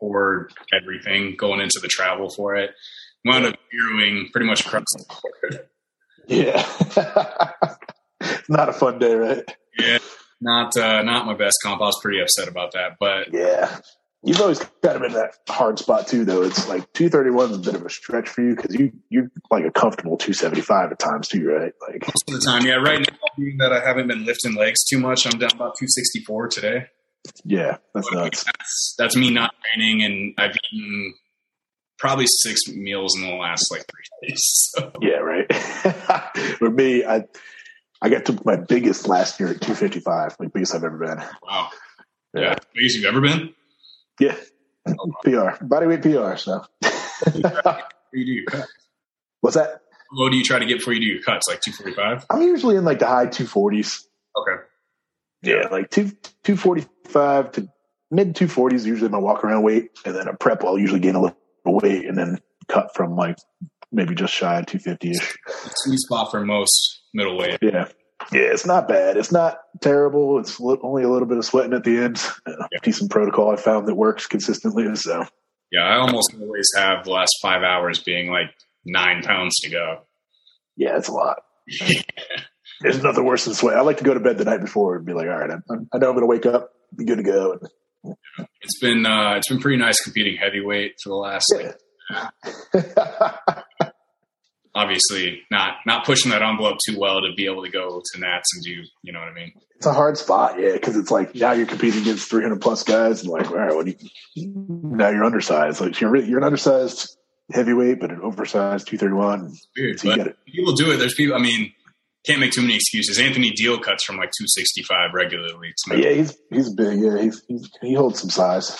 poured everything going into the travel for it. Wound up zeroing pretty much across the board. Yeah. It's Not a fun day, right? Yeah, not uh, not my best comp. I was pretty upset about that, but Yeah. You've always kind of been in that hard spot too, though. It's like 231 is a bit of a stretch for you because you you're like a comfortable 275 at times too, right? Like most of the time, yeah. Right now, being that I haven't been lifting legs too much, I'm down about 264 today. yeah, that's But, I mean, nuts. that's that's me not training, and I've eaten probably six meals in the last like three days. So. Yeah, right. for me, I I got to my biggest last year at 255, like biggest I've ever been. Wow. Yeah. Yeah. Biggest you've ever been? Yeah, Oh, wow. PR, body weight PR. So Before you do your cuts. what's that? How low do you try to get before you do your cuts? Like 245? I'm usually in like the high 240s. Okay. Yeah, like two 245 to mid 240s is usually my walk around weight, and then a prep I'll usually gain a little weight and then cut from like maybe just shy of 250 ish. Sweet spot for most middleweight. Yeah. Yeah, it's not bad. It's not terrible. It's li- only a little bit of sweating at the end. Uh, Decent protocol I found that works consistently. So Yeah, I almost always have the last five hours being like nine pounds to go. yeah, it's a lot. There's nothing worse than sweat. I like to go to bed the night before and be like, all right, I'm, I'm- I know I'm going to wake up, be good to go. And, It's been uh, it's been pretty nice competing heavyweight for the last. Like, obviously, not not pushing that envelope too well to be able to go to Nats and do you know what I mean. it's a hard spot, yeah, because it's like now you're competing against 300 plus guys, and like, all right, what do you, now you're undersized. Like you're really, you're an undersized heavyweight, but an oversized 231. Weird, So you but get it. people do it. There's people. I mean, can't make too many excuses. Anthony Deal cuts from like 265 regularly. It's But yeah, he's he's big. Yeah, he's, he's he holds some size.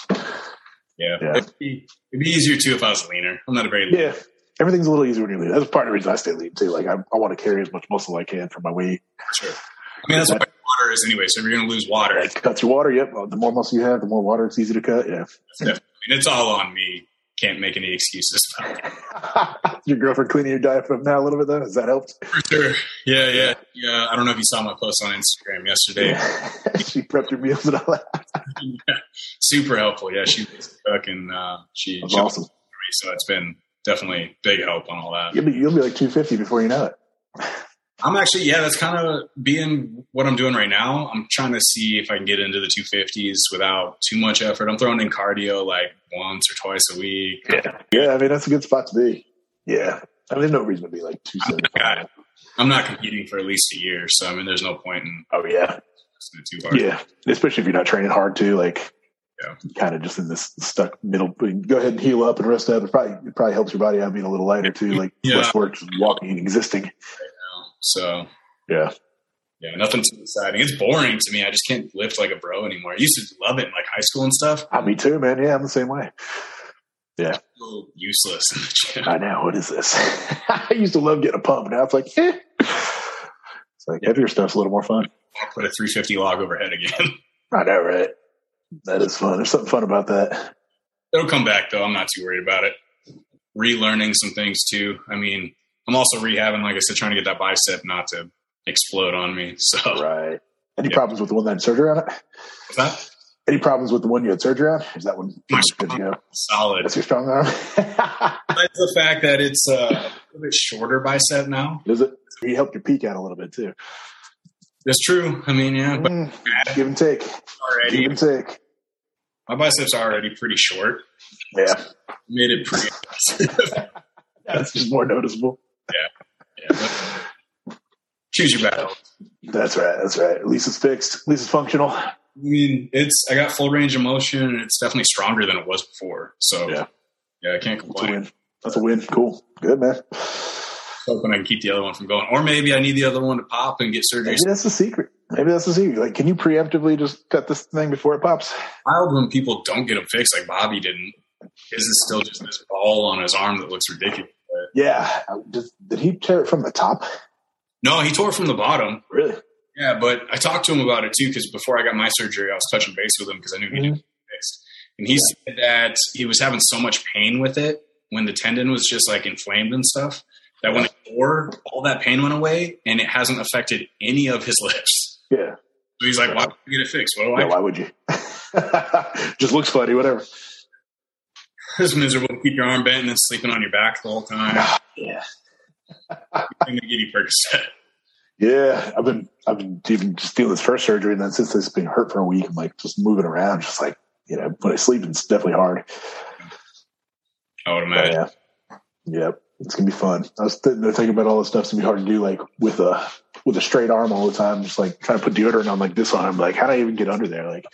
Yeah. Yeah. It'd, be, it'd be easier too if I was leaner. I'm not a very lean. Yeah, everything's a little easier when you're lean. That's part of the reason I stay lean too. Like I, I want to carry as much muscle I can for my weight. Sure. I mean, that's what water is anyway. So if you're going to lose water, Like cut your water. Yep, the more muscle you have, the more water it's easy to cut. Yeah. I mean, it's all on me. Can't make any excuses about it. your girlfriend cleaning your diet up now a little bit though. Has that helped? For sure. Yeah, yeah, yeah. I don't know if you saw my post on Instagram yesterday. she prepped your meals and all that. Super helpful. Yeah, she was a cook and uh, she That's she awesome. helped me, so it's been definitely big help on all that. You'll be, you'll be like 250 before you know it. I'm actually yeah, that's kind of being what I'm doing right now. I'm trying to see if I can get into the 250s without too much effort. I'm throwing in cardio like once or twice a week. Yeah. Yeah, I mean, that's a good spot to be. Yeah. I mean, there's no reason to be like 275. Got it. I'm not competing for at least a year, so I mean, there's no point in Oh, yeah. pushing it too hard. Yeah. Especially if you're not training hard, too. Like, Yeah. kind of just in this stuck middle. Go ahead and heal up and rest up. It probably, it probably helps your body out being a little lighter, too. Like, Yeah. less work, just walking and existing. So Yeah. yeah, nothing too exciting. It's boring to me. I just can't lift like a bro anymore. I used to love it in like high school and stuff. I, me too, man. Yeah, I'm the same way. Feel useless in the gym. I know. What is this? I used to love getting a pump. Now it's like, eh. It's like, heavier stuff's a little more fun. I'll put a 350 log overhead again. I know, right? That is fun. There's something fun about that. It'll come back though. I'm not too worried about it. Relearning some things too. I mean, I'm also rehabbing, like I said, trying to get that bicep not to explode on me. So Right. Any Oh. Yeah. problems with the one that had surgery on it? What's that Any problems with the one you had surgery on? Is that one My good to go? solid. That's your strong arm. Besides the fact that it's uh, a little bit shorter bicep now. Does it? You helped your peak out a little bit too. That's true. I mean, yeah, but Mm, give and take. already Give and take. My biceps are already pretty short. Yeah, Made it pretty impressive. that's just more noticeable. Yeah, but- Choose your battle. That's right. That's right. At least it's fixed. At least it's functional. I mean, it's I got full range of motion, and it's definitely stronger than it was before. So Yeah. yeah, I can't That's a complain. win. That's a win. Cool. Good man. Hoping I can keep the other one from going, or maybe I need the other one to pop and get surgery. Maybe that's the secret. Maybe that's the secret. Like, can you preemptively just cut this thing before it pops? Wild when people don't get them fixed, like Bobby didn't. His is still just this ball on his arm that looks ridiculous. But Yeah. I- Did, did he tear it from the top? no, he tore it from the bottom. Really? Yeah, but I talked to him about it too because before I got my surgery, I was touching base with him because I knew he didn't get fixed. And he said that he was having so much pain with it when the tendon was just like inflamed and stuff that when it tore, all that pain went away and it hasn't affected any of his lips. Yeah. So he's like, why don't you get it fixed? Well, Yeah, I why would you? Just looks funny, whatever. it's miserable to keep your arm bent and then sleeping on your back the whole time. Yeah. I'm gonna give you Percocet. Yeah, I've been I've been even just dealing with first surgery, and then since this been hurt for a week, I'm like just moving around, just like you know when I sleep, it's definitely hard. I would imagine. Yeah, yep, it's gonna be fun. I was sitting there thinking about all this stuff's gonna be hard to do, like with a with a straight arm all the time, just like trying to put deodorant on like this on. I'm like, how do I even get under there? Like,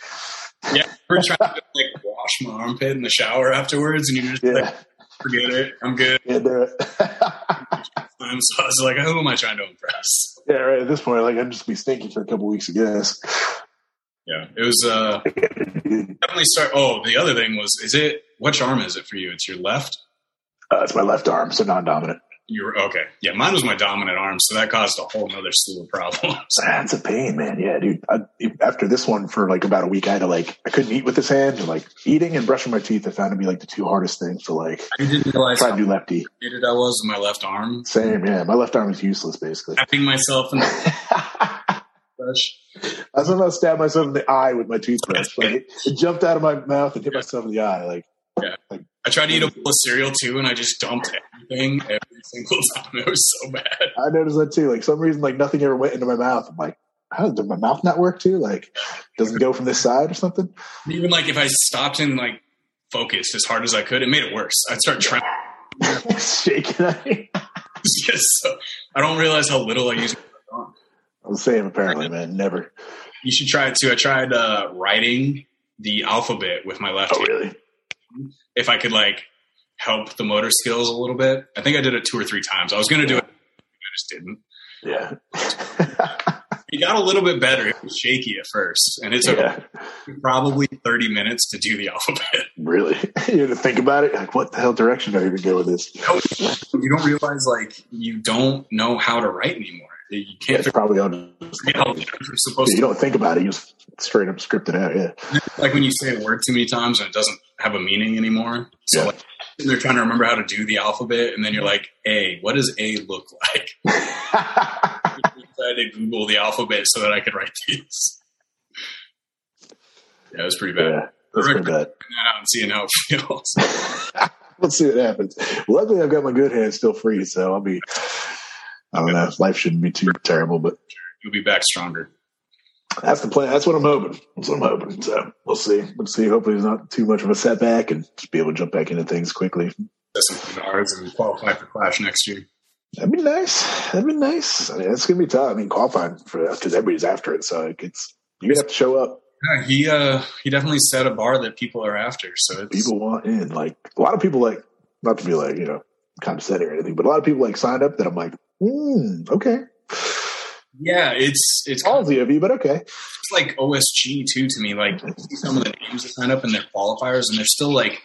Yeah, we're trying to like wash my armpit in the shower afterwards, and you're just yeah, like, forget it. I'm good. can't do it. I'm so I was like, who am I trying to impress? yeah, right. At this point, like I'm just gonna be stinky for a couple weeks, I guess. Yeah, it was uh definitely start. Oh, the other thing was, is it which arm is it for you? It's your left. Uh, it's my left arm, so non-dominant. You were okay. Yeah, mine was my dominant arm, so that caused a whole other slew of problems. That's a pain, man. Yeah, dude. I, after this one for like about a week, I had to like I couldn't eat with this hand. And, like eating and brushing my teeth, I found to be like the two hardest things to like I didn't realize try how to do lefty. complicated I was with my left arm. Same, yeah. My left arm is useless basically. Tapping myself in the I brush. somehow stabbed myself in the eye with my toothbrush. Like it, it jumped out of my mouth and hit myself in the eye. Like I tried to eat a bowl of cereal too, and I just dumped everything every single time. It was so bad. I noticed that too. Like some reason, like nothing ever went into my mouth. I'm like, how did my mouth not work too? Like doesn't go from this side or something? Even like if I stopped and like focused as hard as I could, it made it worse. I'd start trying. Shaking. It's just so, I don't realize how little I use. I'm saying apparently, man. Never. You should try it too. I tried uh, writing the alphabet with my left Oh hand. really? If I could like help the motor skills a little bit, I think I did it two or three times. I was going to do it, I just didn't. Yeah. It got a little bit better. It was shaky at first, and it took yeah. probably thirty minutes to do the alphabet. Really? you had to think about it? Like, what the hell direction do I even go with this? you don't realize like you don't know how to write anymore. You can't It's figure probably on. out how letters are supposed You to don't think about it. You just straight up script it out. Yeah. like when you say a word too many times and it doesn't have a meaning anymore. So Yeah. like they're trying to remember how to do the alphabet, and then you're like, "A, what does A look like?" I tried to Google the alphabet so that I could write these. Yeah, it was pretty bad. yeah. That's pretty bad. Figuring that out and seeing how it feels. Let's see what happens. Luckily, I've got my good hand still free, so I'll be. I don't know. Life shouldn't be too terrible, but You'll be back stronger. that's the plan. That's what I'm hoping. That's what I'm hoping. So we'll see. We'll see. Hopefully, it's not too much of a setback, and just be able to jump back into things quickly. That's some guitars and qualify for Clash next year. That'd be nice. That'd be nice. I mean, it's gonna be tough. I mean, qualifying for because everybody's after it, so it's you're gonna have to show up. Yeah, he uh he definitely set a bar that people are after. So it's People want in. Like a lot of people, like not to be like you know condescending or anything, but a lot of people like signed up that I'm like, mm, okay, yeah, it's it's ballsy of you, but okay. it's like OSG too to me. Like I see some of the names that sign up and their qualifiers, and they're still like,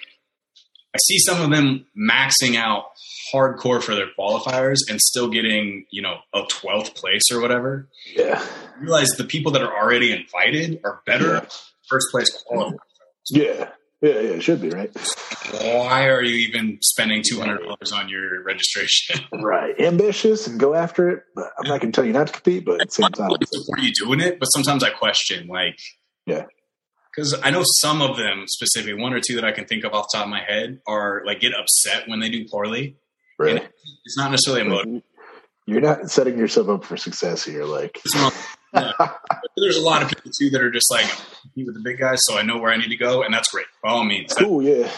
I see some of them maxing out hardcore for their qualifiers and still getting you know a twelfth place or whatever. Yeah, I realize the people that are already invited are better Yeah. at first place qualifier. yeah, yeah, yeah. It should be right. Why are you even spending two hundred dollars on your registration? Right, ambitious and go after it. But I'm not gonna tell you not to compete, but at the same time, I support you doing it, but sometimes I question, like, Yeah. because I know some of them specifically, one or two that I can think of off the top of my head, are like get upset when they do poorly. really, It's not necessarily a motive. you're not setting yourself up for success here. Like, It's not- yeah. But There's a lot of people too that are just like compete with the big guys, so I know where I need to go, and that's great. By all means, that- cool, yeah.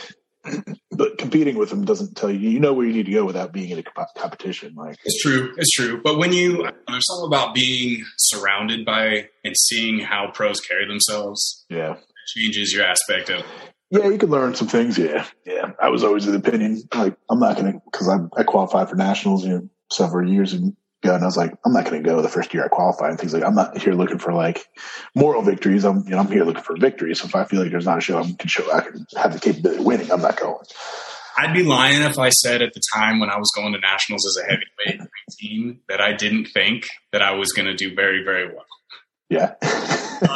But competing with them doesn't tell you. You know where you need to go without being in a comp- competition. Like, it's true. It's true. But when you there's something about being surrounded by and seeing how pros carry themselves yeah, that changes your aspect of yeah, you can learn some things. Yeah, yeah. I was always of the opinion like I'm not gonna because I, I qualified for nationals you know, several years ago, and I was like I'm not gonna go the first year I qualified and things like I'm not here looking for like moral victories. I'm you know I'm here looking for victories. So if I feel like there's not a show I can show I can have the capability of winning, I'm not going. I'd be lying if I said at the time when I was going to nationals as a heavyweight team that I didn't think that I was going to do very, very well. Yeah,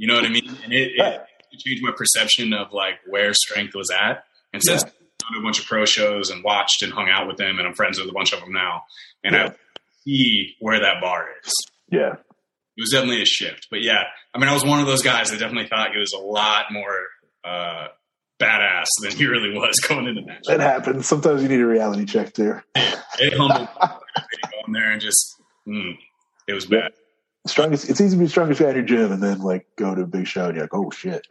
You know what I mean? And it, it, it changed my perception of like where strength was at. And since Yeah. I've done a bunch of pro shows and watched and hung out with them, and I'm friends with a bunch of them now, and Yeah. I see where that bar is. yeah, it was definitely a shift. But yeah, I mean, I was one of those guys that definitely thought he was a lot more uh, badass than he really was going into that. That happens. Sometimes you need a reality check too. It humbled me to go in there and just, mm, it was bad. Strongest. It's easy to be the strongest guy in your gym, and then like go to a big show, and you're like, oh shit.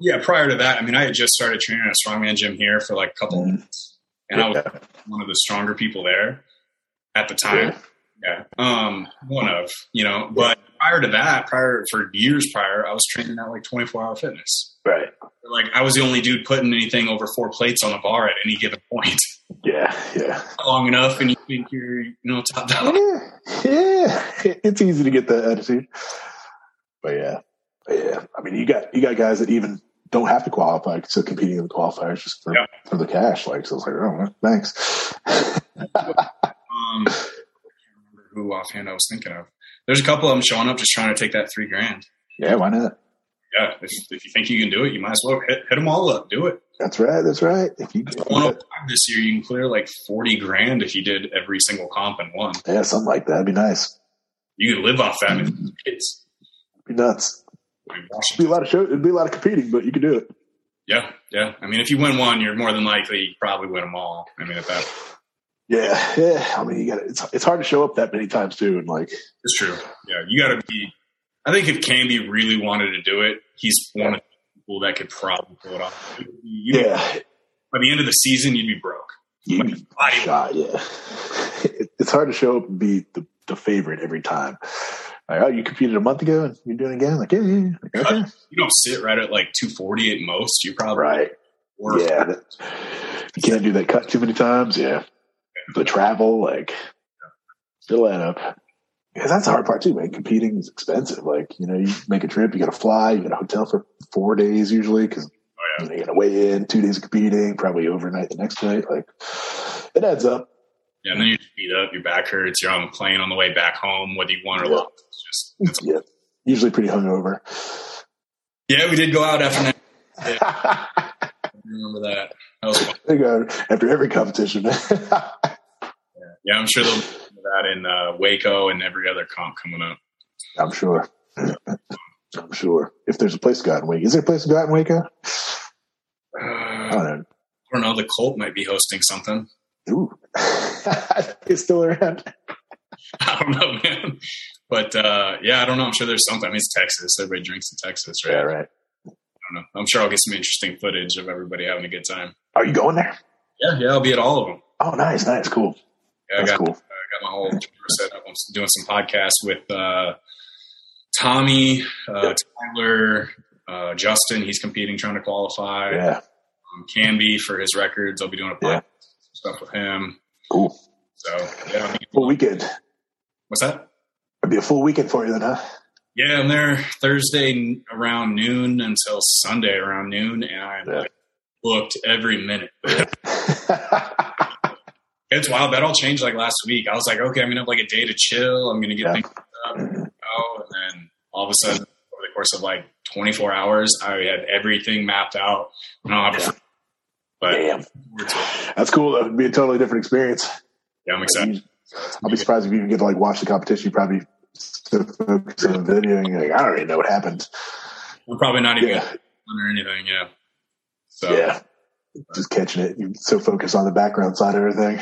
Yeah, prior to that, I mean, I had just started training at a strongman gym here for like a couple Mhm. months, and I was one of the stronger people there at the time. Yeah. Um, one of, you know, but prior to that, prior for years prior, I was training at like 24 hour fitness. Right. Like I was the only dude putting anything over four plates on the bar at any given point. Yeah. Yeah. Long enough and you think you're, you know, top dog. yeah, yeah. It's easy to get that attitude, but yeah, But yeah. I mean, you got you got guys that even don't have to qualify, so competing in the qualifiers just for, Yeah. for the cash. Like, so it's like, oh, well, thanks. Um, I can't remember who offhand I was thinking of. There's a couple of them showing up just trying to take that three grand. yeah, why not? Yeah. If, if you think you can do it, you might as well hit, hit them all up. Do it. That's right. That's right. If you That's 105 this year. You can clear like 40 grand if you did every single comp in one. yeah, something like that, would be nice. You could live off that. and It's It'd be nuts. I mean, It'd be a Washington. lot of show. It'd be a lot of competing, but you could do it. Yeah, yeah. I mean, if you win one, you're more than likely you probably win them all. I mean, if that Yeah, yeah. I mean, you got it's it's hard to show up that many times too, and like, is true. Yeah, you got to be. I think if Canby really wanted to do it, he's one of the people that could probably pull it off. You- yeah, By the end of the season, you'd be broke. you Body- shot. Yeah, It- it's hard to show up and be the, the favorite every time. Like, oh, you competed a month ago and you're doing it again. Like, yeah, yeah, yeah. Like, okay, You don't sit right at like 240 at most. You probably right. work. Yeah, that- you can't do that cut too many times. Yeah, the travel, like, still add up. Yeah, that's the hard part too, man. Competing is expensive. Like, you know, you make a trip, you got to fly, you got a hotel for four days usually because Oh, you know, you got to weigh in, two days of competing, probably overnight the next night. Like, it adds up. yeah. And then you're beat up. Your back hurts. You're on the plane on the way back home, whether you won or Yeah. not. It's just it's, Yeah, usually pretty hungover. yeah. We did go out after. that. there I remember that? That was fun. you go. uh, After every competition. Yeah, I'm sure they'll do that in uh, Waco and every other comp coming up. I'm sure. I'm sure. If there's a place to go out in Waco. Is there a place to go out in Waco? Uh, I don't I don't know. The Colt might be hosting something. know. Ooh. it's still around. I don't know, man. But uh, yeah, I don't know. I'm sure there's something. I mean, it's Texas. Everybody drinks in Texas, right? I right. don't know. I'm sure I'll get some interesting footage of everybody having a good time. Are you going there? Yeah, yeah, I'll be at all of them. Oh, nice, nice, cool. Yeah, I That's got, cool. I got my whole tour set up. I'm doing some podcasts with uh, Tommy, uh, Tyler, uh, Justin. He's competing, trying to qualify. Yeah, um, Canby for his records. I'll be doing a podcast Yeah. stuff with him. cool. So yeah, I'll be- Full weekend. what's that? It'd be a full weekend for you then, huh? Yeah, I'm there Thursday n- around noon until Sunday around noon, and I'm Yeah. like, booked every minute. it's wild. That all changed like last week. I was like, okay, I'm gonna have like a day to chill. I'm gonna get Yeah. things up, out, and then all of a sudden, over the course of like 24 hours, I had everything mapped out. And I'll have a free- but Damn. we're t- That's cool. though. It'd be a totally different experience. yeah, I'm excited. I'll be surprised if you even get to like watch the competition. You probably so focused on the video and you're like, I don't even know what happened. I'm probably not even Yeah. gonna run or anything. Yeah. So Yeah. Just catching it. You're so focused on the background side of everything.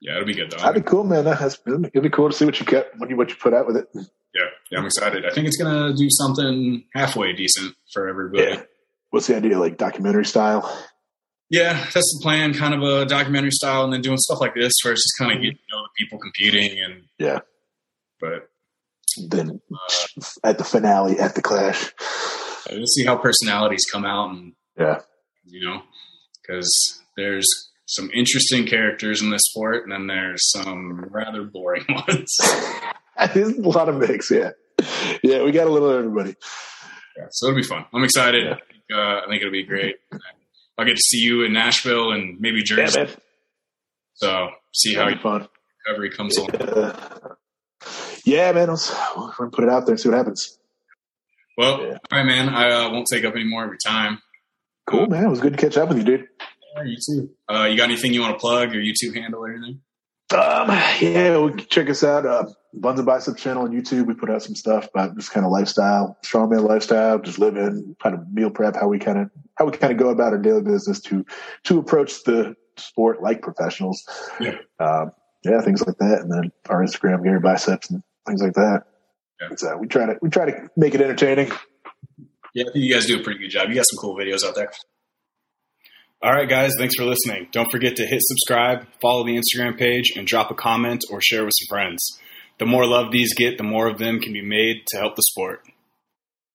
Yeah, it'll be good though. That'd be cool, man. That's, it'd be cool to see what you get, what you, what you put out with it. yeah, yeah, I'm excited. I think it's gonna do something halfway decent for everybody. Yeah. What's the idea? Like documentary style? that's the plan. Kind of a documentary style, and then doing stuff like this where it's just kind of getting to know the people competing and Mm-hmm. Yeah. But Then at the finale, at the clash. we'll see how personalities come out, and Yeah. you know, because there's some interesting characters in this sport, and then there's some rather boring ones. There's a lot of mix. Yeah. Yeah. We got a little of everybody. Yeah, so it'll be fun. I'm excited. Yeah. I, think, uh, I think it'll be great. I'll get to see you in Nashville and maybe Yeah, Jersey. man. so see how That'd your be fun. recovery comes along. Uh, yeah, man. Let's, we're going to put it out there and see what happens. Well, Yeah. all right, man. I uh, won't take up any more of your time. Cool, man. It was good to catch up with you, dude. you too. Uh, you got anything you want to plug? Your YouTube handle or anything? Um, yeah, well, check us out. Uh, Buns and Biceps channel on YouTube. We put out some stuff about just kind of lifestyle, strongman lifestyle, just living, kind of meal prep, how we kind of how we kind of go about our daily business to to approach the sport like professionals. Yeah. Um, yeah, things like that, and then our Instagram, Gary Biceps, and things like that. Yeah. So we try to we try to make it entertaining. Yeah, I think you guys do a pretty good job. You got some cool videos out there. All right, guys, thanks for listening. Don't forget to hit subscribe, follow the Instagram page, and drop a comment or share with some friends. The more love these get, the more of them can be made to help the sport.